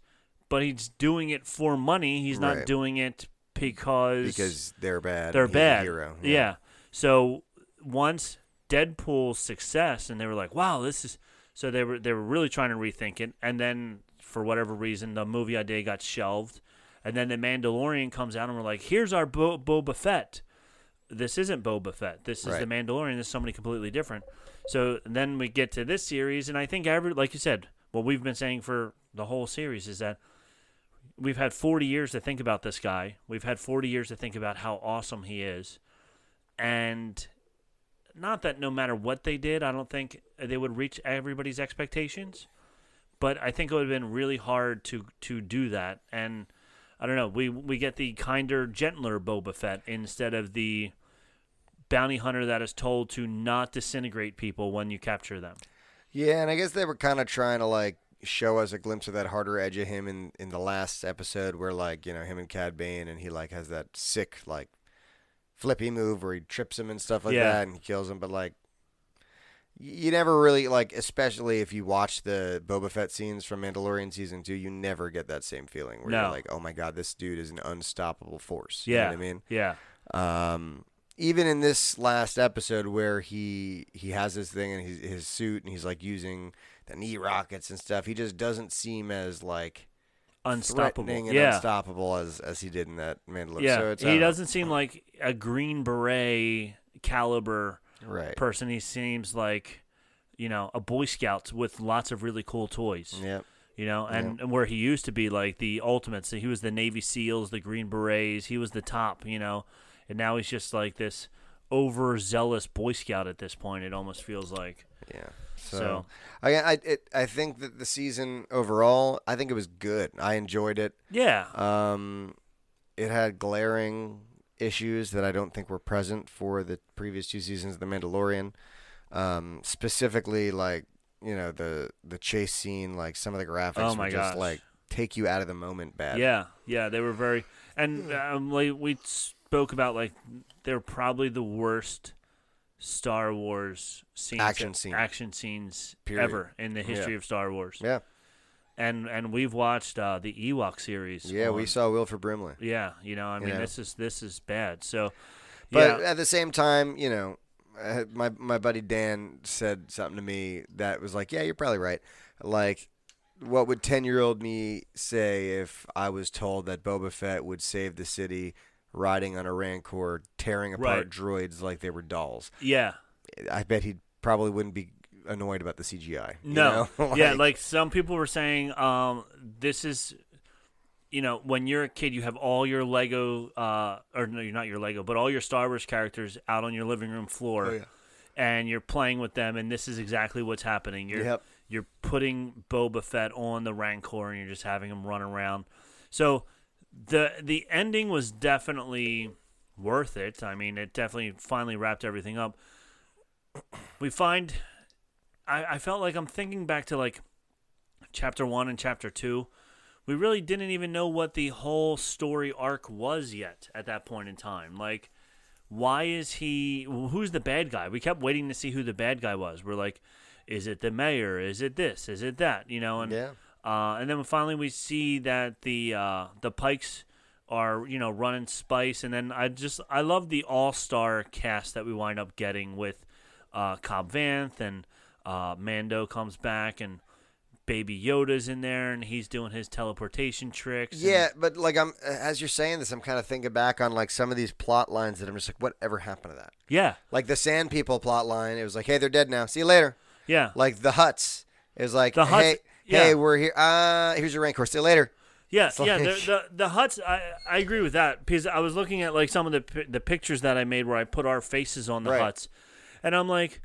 A: but he's doing it for money. He's not
B: Right.
A: doing it because
B: because they're bad.
A: they're
B: and he's a
A: bad.
B: hero.
A: Yeah. So once Deadpool's success, and they were like, "Wow, this is," so they were they were really trying to rethink it. And then for whatever reason, the movie idea got shelved. And then the Mandalorian comes out, and we're like, "Here's our Bo- Boba Fett." This isn't Boba Fett. This is
B: Right.
A: the Mandalorian. This is somebody completely different. So then we get to this series, and I think every, like you said, what we've been saying for the whole series is that we've had 40 years to think about this guy. We've had 40 years to think about how awesome he is. And not that no matter what they did, I don't think they would reach everybody's expectations. But I think it would have been really hard to to do that. And I don't know. We we get the kinder, gentler Boba Fett instead of the bounty hunter that is told to not disintegrate people when you capture them.
B: Yeah, and I guess they were kind of trying to like show us a glimpse of that harder edge of him in in the last episode where like you know him and Cad Bane and he like has that sick like flippy move where he trips him and stuff like
A: Yeah.
B: that and he kills him, but like. y- You never really like, especially if you watch the Boba Fett scenes from Mandalorian season two. You never get that same feeling where
A: No.
B: you're like, "Oh my god, this dude is an unstoppable force." You know
A: Yeah.
B: what I mean,
A: Yeah.
B: um, even in this last episode where he he has this thing in his, his suit and he's like using the knee rockets and stuff, he just doesn't seem as like
A: Unstoppable.
B: threatening and
A: yeah.
B: unstoppable as as he did in that Mandalorian.
A: Yeah.
B: so it's, uh, I
A: he
B: don't know.
A: doesn't seem like a green beret caliber
B: right.
A: person. He seems like, you know, a boy scout with lots of really cool toys.
B: Yep.
A: You know, and, and where he used to be like the ultimate. So he was the Navy SEALs, the Green Berets. He was the top, you know. And now he's just like this overzealous Boy Scout at this point, it almost feels like.
B: Yeah. So,
A: So-
B: I I it, I think that the season overall, I think it was good. I enjoyed it.
A: Yeah.
B: Um, it had glaring issues that I don't think were present for the previous two seasons of The Mandalorian. Um, specifically, like you know the the chase scene, like some of the graphics
A: Oh my
B: were just
A: gosh.
B: like take you out of the moment. Bad.
A: Yeah, yeah, they were very, and um, like we spoke about, like they're probably the worst Star Wars scenes,
B: Action scene.
A: action scenes
B: Period.
A: ever in the history
B: Yeah.
A: of Star Wars.
B: Yeah.
A: And and we've watched uh, the Ewok series.
B: Yeah. We
A: on-
B: saw Wilford Brimley.
A: Yeah, you know, I mean,
B: Yeah.
A: this is this is bad. So,
B: But
A: yeah,
B: at the same time, you know, uh, my my buddy Dan said something to me that was like, "Yeah, you're probably right." Like, what would ten year old me say if I was told that Boba Fett would save the city, riding on a rancor, tearing apart
A: Right.
B: droids like they were dolls?
A: yeah.
B: I bet he probably wouldn't be annoyed about the CGI. you
A: No.
B: know?
A: yeah, like some people were saying, um, this is, you know, when you're a kid, you have all your Lego, uh, or no, you're not your Lego, but all your Star Wars characters out on your living room
B: Oh,
A: floor, and you're playing with them, and this is exactly what's happening. You're
B: Yep.
A: you're putting Boba Fett on the Rancor, and you're just having him run around. So the the ending was definitely worth it. I mean, it definitely finally wrapped everything up. We find I, I felt like I'm thinking back to like chapter one and chapter two. We really didn't even know what the whole story arc was yet at that point in time. Like, why is he? Who's the bad guy? We kept waiting to see who the bad guy was. We're like, is it the mayor? Is it this? Is it that? You know, and
B: Yeah.
A: uh, and then finally we see that the uh, the Pikes are you know running spice, and then I just I love the all star cast that we wind up getting with uh, Cobb Vanth and uh, Mando comes back and Baby Yoda's in there and he's doing his teleportation tricks. and-
B: Yeah, but like I'm as you're saying this, I'm kind of thinking back on like some of these plot lines that I'm just like, whatever happened to that?
A: yeah,
B: Like the Sand People plot line, it was like, hey, they're dead now. See you later.
A: yeah,
B: like the huts is like
A: The Hutt's-
B: hey
A: yeah.
B: hey we're here uh here's your rancor see you later
A: yeah,
B: It's
A: yeah. The,
B: like-
A: the the huts. I I agree with that because I was looking at like some of the pi- the pictures that I made where I put our faces on the
B: Right.
A: huts, and I'm like,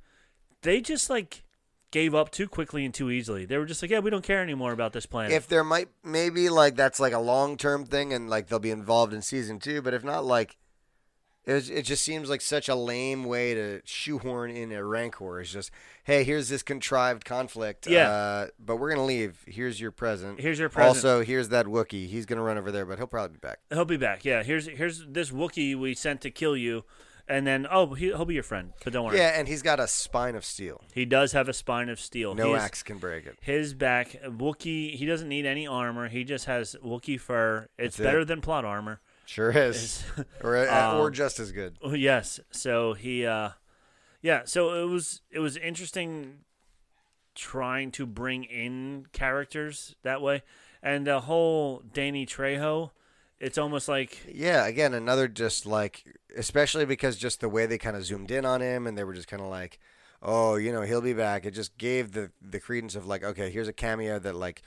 A: they just like gave up too quickly and too easily. They were just like, yeah, we don't care anymore about this planet.
B: if there might maybe like that's like a long-term thing and like they'll be involved in season two but if not like it, was, it just seems like such a lame way to shoehorn in a rancor it's just hey here's this contrived conflict
A: Yeah.
B: uh, but we're gonna leave here's your present
A: Here's your present.
B: also here's that wookie he's gonna run over there but he'll probably be back
A: He'll be back. Yeah, here's here's this Wookiee we sent to kill you, and then oh he, he'll be your friend, but don't worry.
B: yeah and he's got a spine of steel
A: He does have a spine of steel.
B: no
A: He is-
B: axe can break it
A: His back, Wookie. He doesn't need any armor. He just has Wookie fur. It's
B: That's it.
A: better than plot armor.
B: sure is or, uh, or just as good
A: Oh, yes. So he, uh, yeah. So it was it was interesting trying to bring in characters that way, and the whole Danny Trejo. It's almost like
B: Yeah, again, another just like, especially because just the way they kind of zoomed in on him and they were just kind of like, oh, you know, he'll be back. It just gave the the credence of like, okay, here's a cameo that like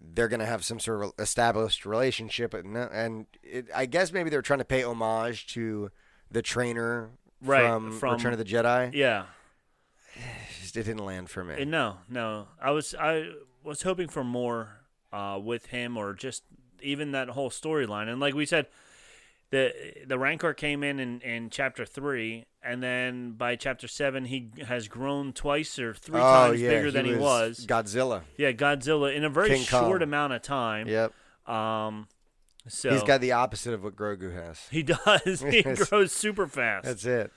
B: they're gonna have some sort of established relationship, and and it, I guess maybe they're trying to pay homage to the trainer
A: Right,
B: from,
A: from-
B: Return of the Jedi.
A: Yeah.
B: Just- It didn't land for me.
A: And no, no. I was I was hoping for more uh, with him or just even that whole storyline. And like we said, the the Rancor came in, in in chapter three, and then by chapter seven he has grown twice or
B: Oh,
A: three times bigger than Oh, he was.
B: Godzilla.
A: yeah, Godzilla in a very
B: King Kong.
A: short amount of time.
B: Yep.
A: Um, so
B: He's got the opposite of what Grogu has.
A: he does. He
B: Yes.
A: grows super fast.
B: That's it.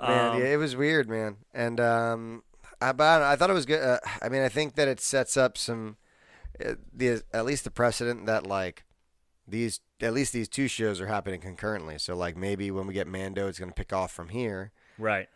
B: Man,
A: Um,
B: yeah, it was weird, man. And um, I, but I, don't know, I thought it was good. Uh, I mean, I think that it sets up some, uh, the at least the precedent that like these at least these two shows are happening concurrently. So like maybe when we get Mando, it's going to pick off from here.
A: right.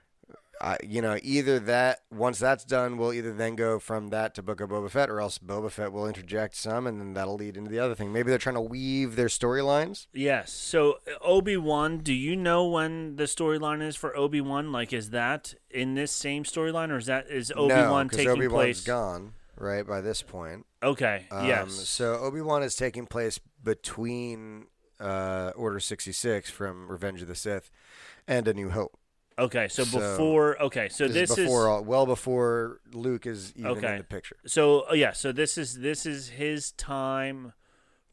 B: I, you know, either that once that's done, we'll either then go from that to Book of Boba Fett, or else Boba Fett will interject some, and then that'll lead into the other thing. Maybe they're trying to weave their storylines.
A: Yes. So Obi Wan, do you know when the storyline is for Obi Wan? Like, is that in this same storyline, or is that is Obi Wan
B: no,
A: taking
B: Obi Wan's
A: place?
B: gone right by this point.
A: Okay.
B: Um,
A: yes.
B: So Obi Wan is taking place between uh, Order sixty six from Revenge of the Sith and A New Hope.
A: okay. So,
B: so
A: before. Okay. So this,
B: is before all, well before Luke is even
A: Okay.
B: in the picture
A: So uh, yeah. So this is this is his time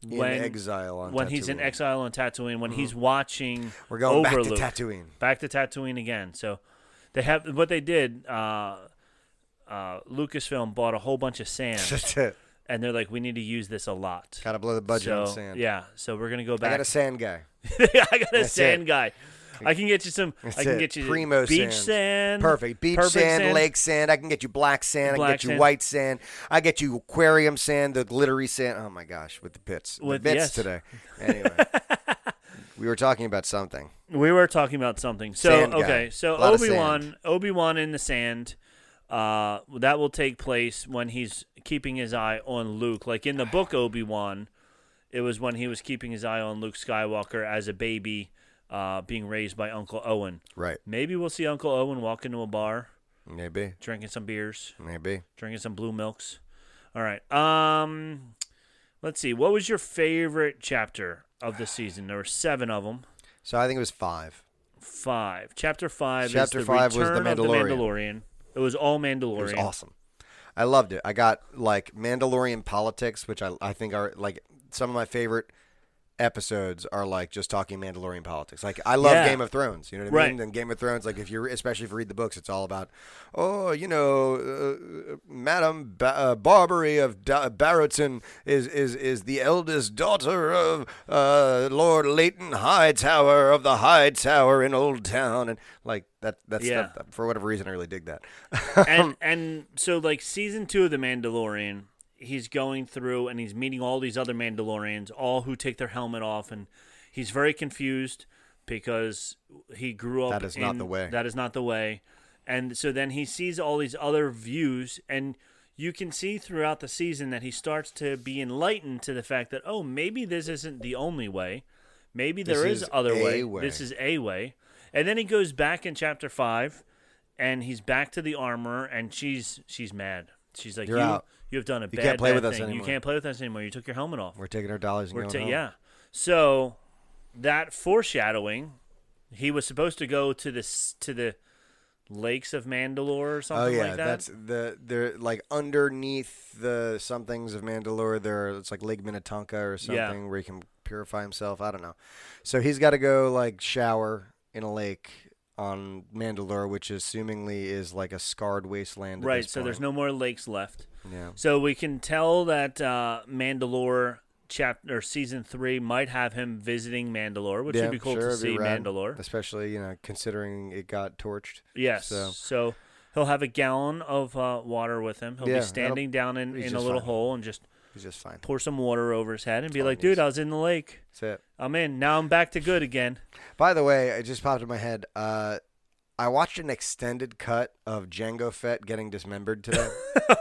B: in
A: when
B: exile on
A: when he's in
B: Tatooine. Mm-hmm.
A: exile on Tatooine when he's watching.
B: We're going back to
A: Overlook.
B: Tatooine.
A: Back to Tatooine again. So they have what they did. Uh, uh, Lucasfilm bought a whole bunch of sand,
B: That's it.
A: and they're like, "We need to use this a lot."
B: Gotta blow the budget
A: so,
B: on sand.
A: Yeah, so we're gonna go
B: I
A: back.
B: got a sand guy. That's
A: sand
B: it.
A: guy. I can get you some.
B: That's
A: I can
B: it.
A: get you
B: Primo
A: beach sand.
B: Perfect. Beach
A: perfect
B: sand, lake sand. I can get you black sand. I
A: Black
B: can get you
A: sand.
B: white sand. I get you aquarium sand, the glittery sand. Oh my gosh, with the pits.
A: With-
B: the bits
A: yes.
B: today. Anyway. we were talking about something.
A: We were talking about something. So
B: Sand guy.
A: okay, so
B: Lot of
A: Obi Wan, Obi Wan in the sand. Uh, that will take place when he's keeping his eye on Luke. Like in the book Obi Wan, it was when he was keeping his eye on Luke Skywalker as a baby, uh, being raised by Uncle Owen.
B: Right.
A: Maybe we'll see Uncle Owen walk into a bar,
B: Maybe.
A: drinking some beers.
B: Maybe.
A: drinking some blue milks. All right. Um, let's see. What was your favorite chapter of the season? There were seven of them.
B: So I think it was five.
A: Five. Chapter five.
B: Chapter
A: is the
B: five was
A: return
B: The
A: of
B: Mandalorian.
A: Mandalorian. It was all Mandalorian.
B: It was awesome. I loved it. I got like Mandalorian politics, which I I think are like some of my favorite episodes are like just talking Mandalorian politics. Like I love
A: Yeah.
B: Game of Thrones, you know what I
A: Right.
B: mean? And Game of Thrones, like if you are especially if you read the books, it's all about oh you know, uh, Madam ba- uh, Barbary of da- Barretson is is is the eldest daughter of uh, Lord Leighton Hightower of the Hightower in Old Town, and like that that
A: Yeah.
B: stuff. For whatever reason, I really dig that.
A: and and so like season two of the Mandalorian, he's going through and he's meeting all these other Mandalorians, all who take their helmet off, and he's very confused because he grew up.
B: That is not
A: in-
B: the way.
A: That is not the way. And so then he sees all these other views, and you can see throughout the season that he starts to be enlightened to the fact that oh, maybe this isn't the only way. Maybe
B: This
A: there is,
B: is
A: other
B: a
A: way.
B: way.
A: This is a way. And then he goes back in chapter five, and he's back to the armor, and she's she's mad. She's like,
B: You're
A: you
B: out.
A: you have done a
B: You
A: bad,
B: can't play
A: bad
B: with us
A: thing. You
B: anymore."
A: can't play with us anymore. You took your helmet off.
B: We're taking our dollars and
A: We're
B: going
A: ta-
B: home.
A: yeah. So that foreshadowing, he was supposed to go to this to the lakes of Mandalore or
B: Oh
A: something
B: yeah,
A: like that.
B: that's the they're like underneath the somethings of Mandalore. There, it's like Lake Minnetonka or something
A: Yeah.
B: where he can purify himself. I don't know. So he's got to go like shower in a lake on Mandalore, which assumingly is like a scarred wasteland. at
A: right.
B: this
A: So there's
B: point.
A: no more lakes left.
B: Yeah.
A: So we can tell that uh, Mandalore chapter or season three might have him visiting Mandalore, which
B: yeah,
A: would be cool
B: sure,
A: to
B: it'd be
A: see
B: rad,
A: Mandalore.
B: especially you know considering it got torched.
A: Yes. So.
B: So
A: he'll have a gallon of uh, water with him. He'll
B: Yeah,
A: be standing down in,
B: he's
A: in a
B: just
A: little
B: fine.
A: hole and just
B: he's just fine.
A: pour some water over his head and be
B: all he
A: like, dude,
B: needs.
A: I was in the lake.
B: That's it.
A: I'm in. Now I'm back to good again.
B: By the way, it just popped in my head. Uh, I watched an extended cut of Django Fett getting dismembered today.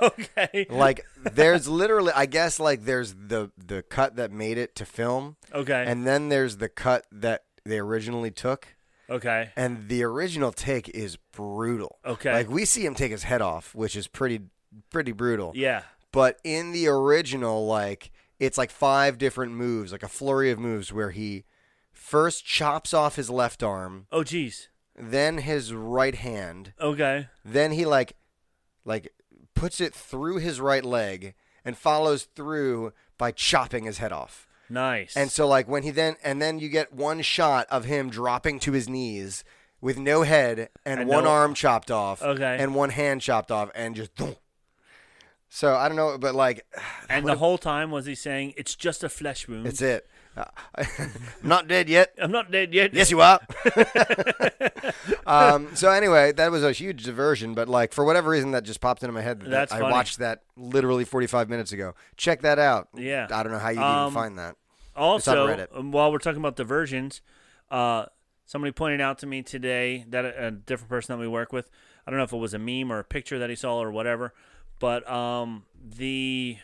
A: okay.
B: like there's literally i guess like there's the the cut that made it to film
A: Okay.
B: and then there's the cut that they originally took
A: okay.
B: and the original take is brutal
A: Okay.
B: like we see him take his head off which is pretty pretty brutal
A: Yeah.
B: But in the original, like it's like five different moves, like a flurry of moves where he first chops off his left arm,
A: Oh, jeez.
B: then his right hand,
A: Okay.
B: then he like like puts it through his right leg and follows through by chopping his head off.
A: Nice.
B: And so like when he then and then you get one shot of him dropping to his knees with no head and,
A: And
B: one
A: no-
B: arm chopped off
A: Okay.
B: and one hand chopped off and just thump. So I don't know but like
A: and the whole time was he saying, "It's just a flesh wound.
B: it's it. Uh, I'm not dead yet.
A: I'm not dead yet."
B: Yes you are. um, so anyway, that was a huge diversion but like for whatever reason that just popped into my head that
A: That's
B: I
A: funny.
B: watched that literally 45 minutes ago. Check that out.
A: Yeah.
B: I don't know how you
A: Um,
B: even find that.
A: Also,
B: Reddit.
A: um, while we're talking about diversions, uh, somebody pointed out to me today that a, a different person that we work with, I don't know if it was a meme or a picture that he saw or whatever, but um, the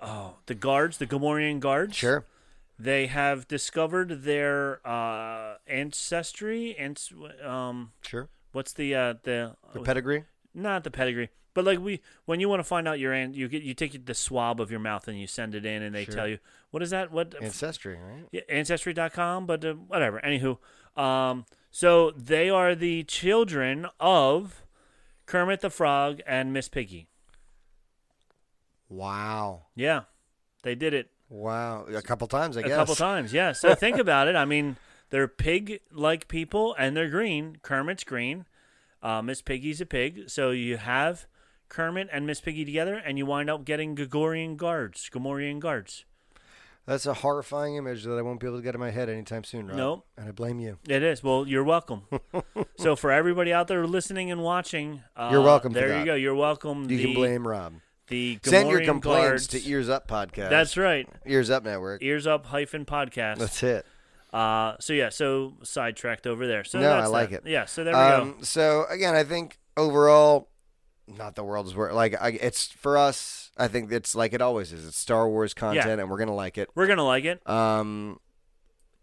A: oh the guards, the Gamorrean guards,
B: Sure.
A: they have discovered their uh, ancestry and um,
B: Sure.
A: what's the uh, the
B: The pedigree?
A: not the pedigree, but like we when you want to find out your an- you get you take the swab of your mouth and you send it in and they tell you what is that what
B: Ancestry, right?
A: yeah, ancestry.com, but uh, whatever. Anywho, um, so they are the children of Kermit the Frog and Miss Piggy.
B: Wow.
A: Yeah, they did it
B: Wow. A couple times, I
A: a
B: guess.
A: couple times. Yeah. So think about it. I mean, they're pig-like people, and they're green. Kermit's green. Uh, Miss Piggy's a pig. So you have Kermit and Miss Piggy together, and you wind up getting Gregorian guards, Gomorian guards.
B: That's a horrifying image that I won't be able to get in my head anytime soon, Rob.
A: Nope.
B: And I blame you.
A: It is. Well, you're welcome. so for everybody out there listening and watching, uh,
B: You're welcome for
A: There you
B: that.
A: go. You're welcome.
B: You
A: the,
B: can blame Rob.
A: the
B: Send your
A: Gamorrean
B: complaints
A: guards.
B: to Ears Up Podcast.
A: That's right.
B: Ears Up Network.
A: Ears up hyphen podcast.
B: That's it.
A: Uh, so yeah. So sidetracked over there. So
B: no,
A: that's
B: I like
A: that.
B: it.
A: Yeah. So there we
B: um,
A: go.
B: So again, I think overall, not the world's worst. Like I, it's for us. I think it's like it always is. It's Star Wars content, and we're gonna like it.
A: We're gonna like it.
B: Um,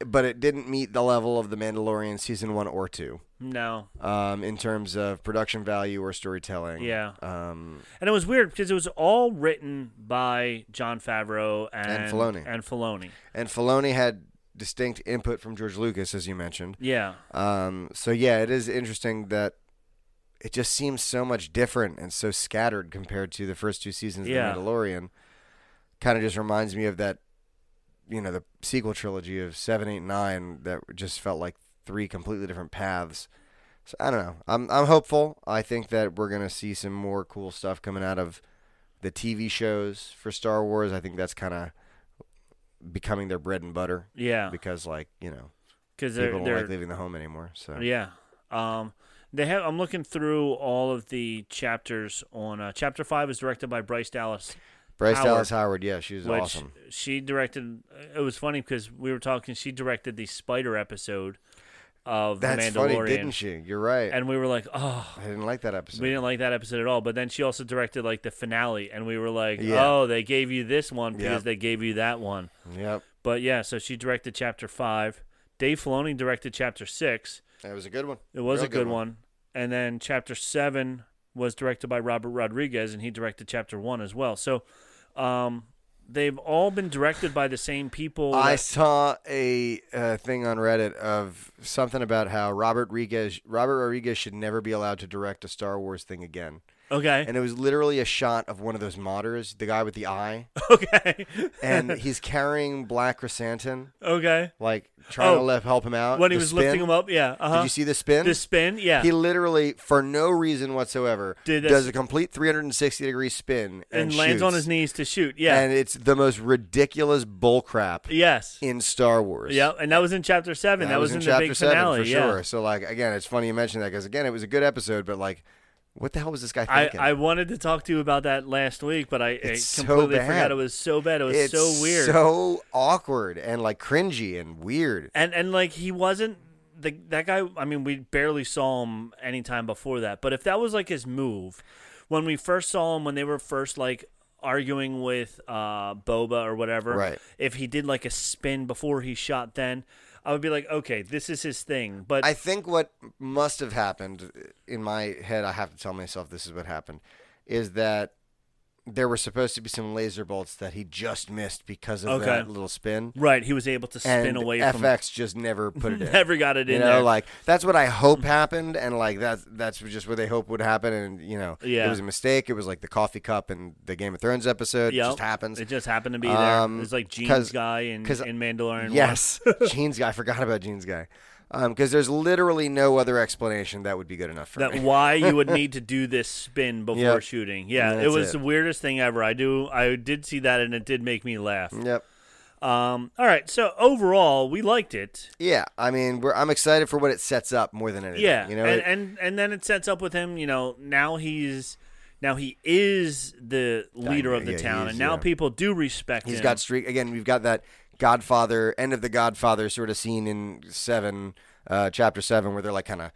B: but it didn't meet the level of the Mandalorian season one or two.
A: No.
B: um, in terms of production value or storytelling.
A: Yeah.
B: Um,
A: And it was weird because it was all written by John Favreau and,
B: And Filoni.
A: And Filoni.
B: and Filoni had distinct input from George Lucas, as you mentioned.
A: Yeah.
B: Um, so yeah, it is interesting that it just seems so much different and so scattered compared to the first two seasons
A: Yeah.
B: of The Mandalorian. Kind of just reminds me of that, you know, the sequel trilogy of seven, eight, nine that just felt like three completely different paths. So I don't know. I'm I'm hopeful. I think that we're gonna see some more cool stuff coming out of the TV shows for Star Wars. I think that's kind of becoming their bread and butter
A: Yeah.
B: because, like, you know,
A: Because
B: people
A: they're,
B: don't
A: they're
B: like leaving the home anymore. So
A: Yeah. Um, they have. I'm looking through all of the chapters on uh, chapter five is directed by Bryce Dallas,
B: Bryce
A: Howard.
B: Dallas Howard, yeah, she was
A: which
B: awesome.
A: she directed. It was funny because we were talking. She directed the spider episode of The
B: That's
A: Mandalorian,
B: funny, didn't she? You're right.
A: and we were like, oh.
B: I didn't like that episode.
A: We didn't like that episode at all, but then she also directed like the finale, and we were like,
B: Yeah.
A: "Oh, they gave you this one because
B: Yep.
A: they gave you that one."
B: Yep,
A: But yeah, so she directed chapter five. Dave Filoni directed chapter six.
B: that was a good one.
A: It was
B: Real
A: a good, one. And then chapter seven was directed by Robert Rodriguez, and he directed chapter one as well. So um, they've all been directed by the same people.
B: I
A: that-
B: saw a uh, thing on Reddit of something about how Robert Rodriguez Robert Rodriguez should never be allowed to direct a Star Wars thing again,
A: okay.
B: and it was literally a shot of one of those modders, the guy with the eye,
A: okay.
B: and he's carrying Black Chrysanthemum,
A: okay.
B: like trying to
A: Oh,
B: le- help him out
A: When he
B: the
A: was
B: spin.
A: lifting him up, yeah. Uh-huh.
B: Did you see the spin?
A: the spin? Yeah.
B: He literally, for no reason whatsoever,
A: Did this-
B: does a complete 360 degree spin and,
A: and lands on
B: shoots.
A: his knees to shoot. Yeah.
B: And it's the most ridiculous bullcrap
A: yes.
B: in Star Wars.
A: Yeah. And that was in chapter seven. That, was, in, the
B: chapter
A: big
B: seven
A: finale.
B: for
A: yeah.
B: sure. So like again, it's funny you mention that because again, it was a good episode, but like, what the hell was this guy
A: I,
B: thinking?
A: I wanted to talk to you about that last week, but I, I
B: It's so
A: completely
B: bad.
A: forgot it was so bad. It was
B: it's
A: so weird.
B: so awkward, and like cringy and weird.
A: and and like he wasn't the that guy. I mean, we barely saw him any time before that. But if that was like his move, when we first saw him, when they were first like arguing with uh, Boba or whatever,
B: Right.
A: If he did like a spin before he shot, then I would be like, okay, this is his thing. But
B: I think what must have happened in my head, I have to tell myself this is what happened, is that there were supposed to be some laser bolts that he just missed because of
A: Okay.
B: that little spin.
A: Right, he was able to spin
B: and
A: away
B: FX
A: from
B: just never put it in.
A: Never got it
B: you
A: in
B: know,
A: there.
B: like that's what I hope happened, and like that's that's just what they hope would happen, and you know,
A: Yeah.
B: it was a mistake. It was like the coffee cup in the Game of Thrones episode. It
A: Yep.
B: just happens.
A: It just happened to be there.
B: Um,
A: it's like Jeans
B: 'cause-
A: guy in,
B: 'cause-
A: in Mandalorian.
B: yes, Jeans guy. I forgot about Jeans guy, because there's literally no other explanation that would be good enough for
A: that
B: me.
A: why you would need to do this spin before
B: Yep.
A: shooting. Yeah, it
B: That's
A: was
B: it.
A: the weirdest thing ever. I do I did see that and it did make me laugh.
B: Yep.
A: Um all right, so overall we liked it.
B: Yeah, I mean, we're, I'm excited for what it sets up more than anything.
A: Yeah.
B: you know,
A: and,
B: it-
A: and and then it sets up with him, you know, now he's now he is the leader of the
B: yeah, he
A: town
B: is,
A: and now
B: yeah.
A: people do respect
B: He's
A: him.
B: got streak again. We've got that Godfather end of the Godfather sort of scene in seven, uh, chapter seven, where they're like kind of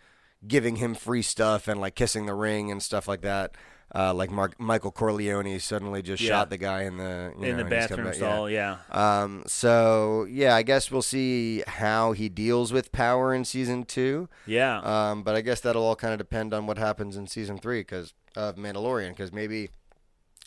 B: giving him free stuff and like kissing the ring and stuff like that. Uh, like Mark, Michael Corleone suddenly just
A: Yeah.
B: shot the guy in the you
A: in
B: know,
A: the
B: and he's
A: bathroom
B: coming back-
A: stall, yeah.
B: Um, so yeah, I guess we'll see how he deals with power in season two.
A: Yeah.
B: Um, but I guess that'll all kind of depend on what happens in season three because of Mandalorian. Because maybe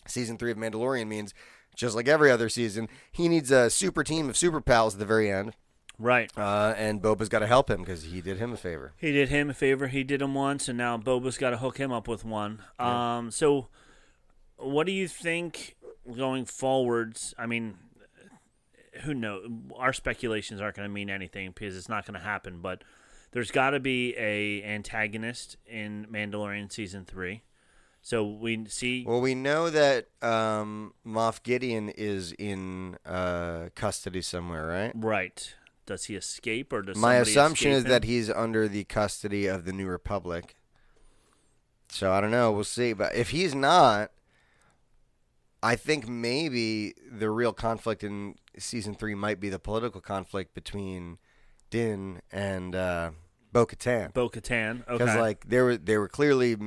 B: season three of Mandalorian means just like every other season, he needs a super team of super pals at the very end,
A: right.
B: uh, and Boba's got to help him because he did him a favor.
A: He did him a favor. He did him once, and now Boba's got to hook him up with one. Um, so, what do you think going forwards? I mean, who knows? Our speculations aren't going to mean anything because it's not going to happen. But there's got to be a antagonist in Mandalorian season three. So we see.
B: Well, we know that um, Moff Gideon is in uh, custody somewhere, right?
A: right? Does he escape, or does
B: My
A: somebody
B: assumption
A: escape
B: is that
A: him?
B: he's under the custody of the New Republic. So I don't know. We'll see. But if he's not, I think maybe the real conflict in season three might be the political conflict between Din and uh, Bo Katan.
A: Bo-Katan.
B: Because
A: Okay.
B: like there were there were clearly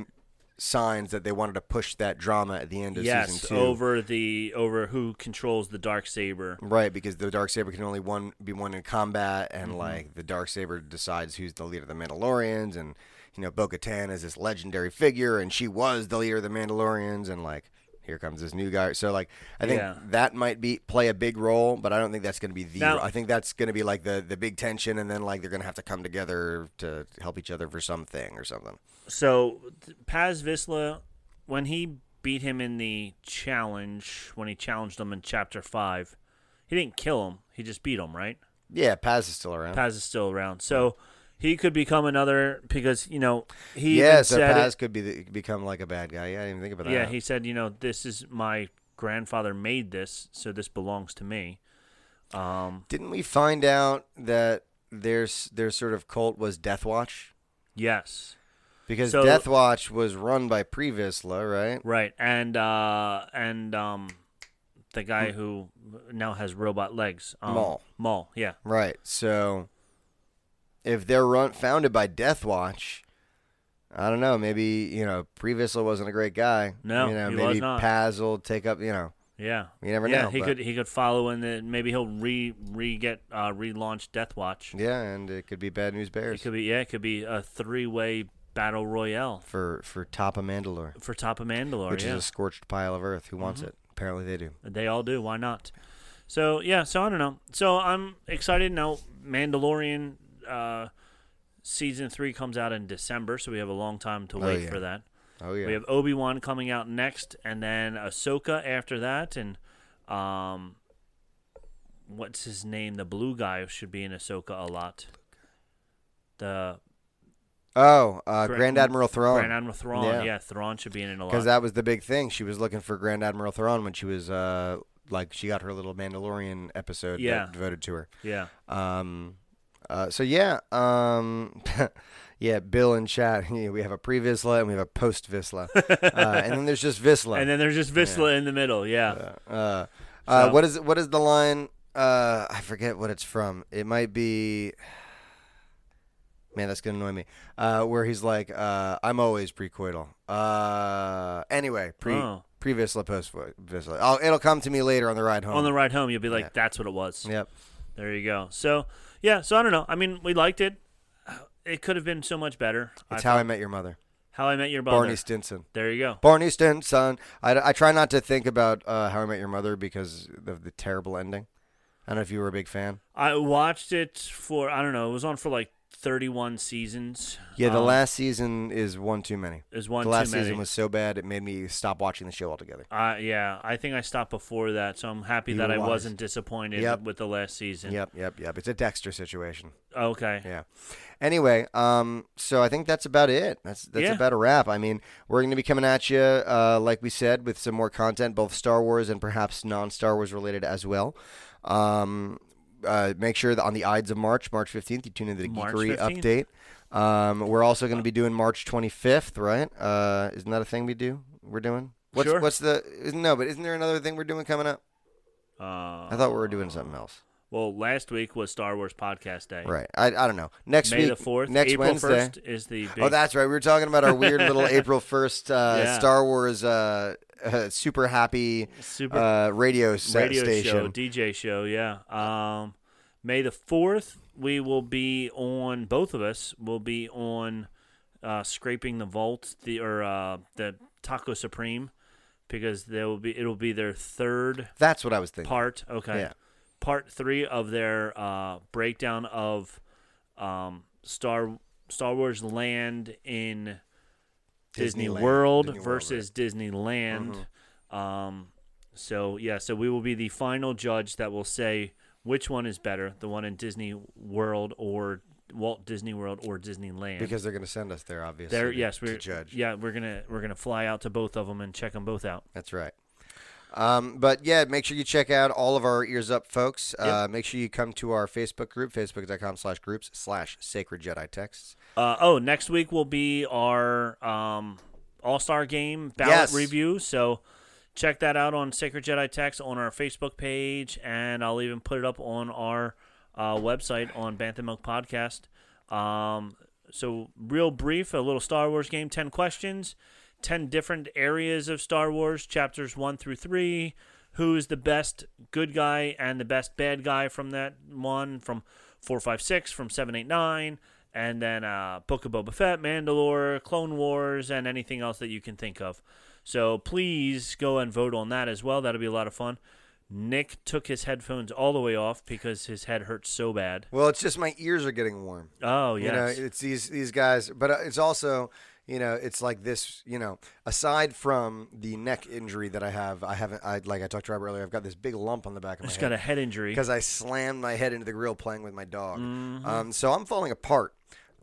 B: signs that they wanted to push that drama at the end of
A: yes,
B: season two.
A: over the over who controls the dark saber.
B: Right, because the dark saber can only one be one in combat, and
A: Mm-hmm.
B: like the dark saber decides who's the leader of the Mandalorians, and you know Bo-Katan is this legendary figure, and she was the leader of the Mandalorians, and like here comes this new guy. So like I think
A: Yeah.
B: that might be play a big role, but I don't think that's going to be the.
A: Now-
B: I think that's going to be like the the big tension, and then like they're going to have to come together to help each other for something or something.
A: So th- Paz Visla, when he beat him in the challenge, when he challenged him in chapter five, he didn't kill him. He just beat him, right?
B: Yeah, Paz is still around.
A: Paz is still around, so he could become another because you know he
B: yeah,
A: even
B: so
A: said it-
B: Paz could be the, become like a bad guy. Yeah, I didn't even think about
A: yeah
B: that.
A: he said you know this is my grandfather made this, so this belongs to me. Um,
B: Didn't we find out that their s- their sort of cult was Death Watch?
A: yes,
B: Because
A: So-
B: Death Watch was run by Previsla, right?
A: right, and uh, and um, the guy who now has robot legs, um,
B: Hmm. Maul.
A: Maul, yeah.
B: Right. So if they're run founded by Death Watch, I don't know. Maybe you know Previsla wasn't a great guy.
A: No,
B: you know
A: he
B: maybe
A: was not.
B: Paz will take up. You know,
A: Yeah,
B: You never
A: yeah,
B: know,
A: he
B: but-
A: could he could follow and then maybe he'll re re get uh, relaunch Death Watch.
B: yeah, and it could be bad news
A: It
B: bears
A: could be yeah, it could be a three way battle royale
B: for for Top of Mandalore,
A: for top of Mandalore.
B: which
A: Oh, yeah, Mm-hmm.
B: is a scorched pile of earth. Who wants it? Apparently they do.
A: they all do. Why not? So yeah, so I don't know. So I'm excited now. Mandalorian uh, season three comes out in December, so we have a long time to
B: Oh,
A: wait
B: yeah.
A: for that.
B: Oh yeah.
A: We have Obi Wan coming out next, and then Ahsoka after that, and um, what's his name? The blue guy who should be in Ahsoka a lot. The
B: oh, uh,
A: Grand-
B: Grand Admiral Thrawn.
A: Grand Admiral Thrawn. Yeah.
B: Yeah.
A: Thrawn should be in it a lot.
B: Because that was the big thing. She was looking for Grand Admiral Thrawn when she was uh, like she got her little Mandalorian episode
A: Yeah.
B: that devoted to her.
A: yeah,
B: Um, uh, so yeah, um, yeah, Bill and chat. we have a pre Visla and we have a post Visla, uh, and then there's just Visla.
A: and then there's just Visla in the middle. Yeah,
B: uh, uh, uh,
A: So-
B: what is what is the line? Uh, I forget what it's from. It might be. Man, that's gonna annoy me. Uh, where he's like, uh, "I'm always precoital." Uh, anyway, pre
A: Oh.
B: pre Visla post Visla. Oh, it'll come to me later on the ride home.
A: on the ride home, you'll be like,
B: Yeah.
A: "That's what it was."
B: Yep.
A: There you go. So yeah, so I don't know. I mean, we liked it. It could have been so much better.
B: It's
A: I
B: how I met your mother.
A: How I Met Your Mother.
B: Barney Stinson.
A: There you go.
B: Barney Stinson. I, I try not to think about uh, How I Met Your Mother because of the terrible ending. I don't know if you were a big fan.
A: I watched it for I don't know. It was on for like 31 seasons.
B: Yeah, the
A: Um,
B: last season is one too many.
A: is one
B: the last
A: too many.
B: season was so bad it made me stop watching the show altogether.
A: Uh, yeah, I think I stopped before that, so I'm happy
B: You
A: that
B: were
A: I
B: wise.
A: wasn't disappointed
B: Yep.
A: with the last season.
B: Yep, yep, yep. It's a Dexter situation.
A: Okay.
B: Yeah. Anyway, um, so I think that's about it. That's that's
A: Yeah.
B: about a wrap. I mean, we're going to be coming at you, uh, like we said, with some more content, both Star Wars and perhaps non-Star Wars related as well. Um, uh, make sure that on the Ides of March, March fifteenth, you tune into the
A: March
B: Geekery
A: 15th.
B: update. Um, we're also going to be doing March twenty fifth, right? Uh, isn't that a thing we do? We're doing. What's,
A: Sure.
B: What's the isn't, no? But isn't there another thing we're doing coming up?
A: Uh,
B: I thought we were doing something else.
A: well, last week was Star Wars Podcast Day.
B: Right. I, I don't know. Next
A: May
B: week,
A: the fourth,
B: next
A: April
B: Wednesday.
A: first is the big
B: Oh, that's right. We were talking about our weird little April 1st uh,
A: Yeah.
B: Star Wars uh, uh, super happy
A: super
B: uh, radio, sa-
A: radio show,
B: station.
A: DJ show. Yeah. Um, May the fourth, we will be on. Both of us will be on uh, scraping the vault, the or uh, the Taco Supreme, because there will be it'll be their third
B: That's what I was thinking.
A: part. Okay.
B: Yeah.
A: Part three of their uh, breakdown of um, Star Star Wars Land in Disney
B: Disneyland.
A: World
B: Disney World, Mm-hmm.
A: versus Disneyland. Um, so yeah, so we will be the final judge that will say which one is better, the one in Disney World or Walt Disney World or Disneyland.
B: Because they're going to send us there, obviously.
A: there,
B: to-
A: yes,
B: to
A: we're
B: judge.
A: yeah, we're gonna we're gonna fly out to both of them and check them both out.
B: That's right. Um, but yeah, make sure you check out all of our ears up, folks. Uh, make sure you come to our Facebook group, facebook.com slash groups slash sacred Jedi texts.
A: Uh, oh, next week will be our um, All Star Game ballot
B: Yes.
A: review. So check that out on Sacred Jedi Text on our Facebook page, and I'll even put it up on our uh, website on Bantha Milk Podcast. Um, so real brief, a little Star Wars game, ten questions, ten different areas of Star Wars, chapters one through three. Who is the best good guy and the best bad guy from that one? From four, five, six, from seven, eight, nine, and then uh, Book of Boba Fett, Mandalore, Clone Wars, and anything else that you can think of. So please go and vote on that as well. That'll be a lot of fun. Nick took his headphones all the way off because his head hurts so bad.
B: Well, it's just my ears are getting warm.
A: Oh yes.
B: You know, it's these these guys, but uh, it's also you know, it's like this. You know, aside from the neck injury that I have, I haven't. I like I talked to Robert earlier. I've got this big lump on the back of my
A: Just got a head
B: head
A: injury.
B: because I slammed my head into the grill playing with my dog.
A: Mm-hmm.
B: Um, so I'm falling apart.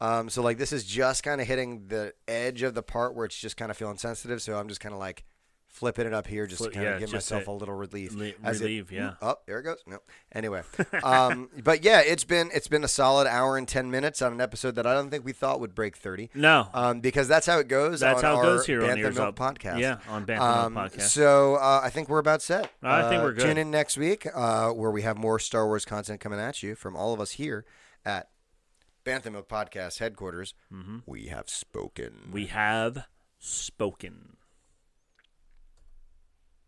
B: Um, so like this is just kind of hitting the edge of the part where it's just kind of feeling sensitive. So I'm just kind of like flipping it up here just
A: Flip-
B: to kind of
A: yeah,
B: give
A: just
B: myself
A: to
B: a little relief.
A: le-
B: as it-
A: relieve, yeah.
B: Oh, there it goes. No. Anyway, um, but yeah, it's been it's been a solid hour and ten minutes on an episode that I don't think we thought would break thirty.
A: no.
B: Um, because that's how it goes.
A: That's
B: on
A: how it
B: our
A: goes here on
B: Bantha
A: Ears
B: Milk
A: Up.
B: podcast. Um,
A: Yeah, on Bantha Milk podcast.
B: So uh, I think we're about set.
A: I think
B: Uh,
A: we're good.
B: Tune in next week uh, where we have more Star Wars content coming at you from all of us here at Bantha
A: Mm-hmm.
B: Milk Podcast headquarters. We have spoken.
A: we have spoken.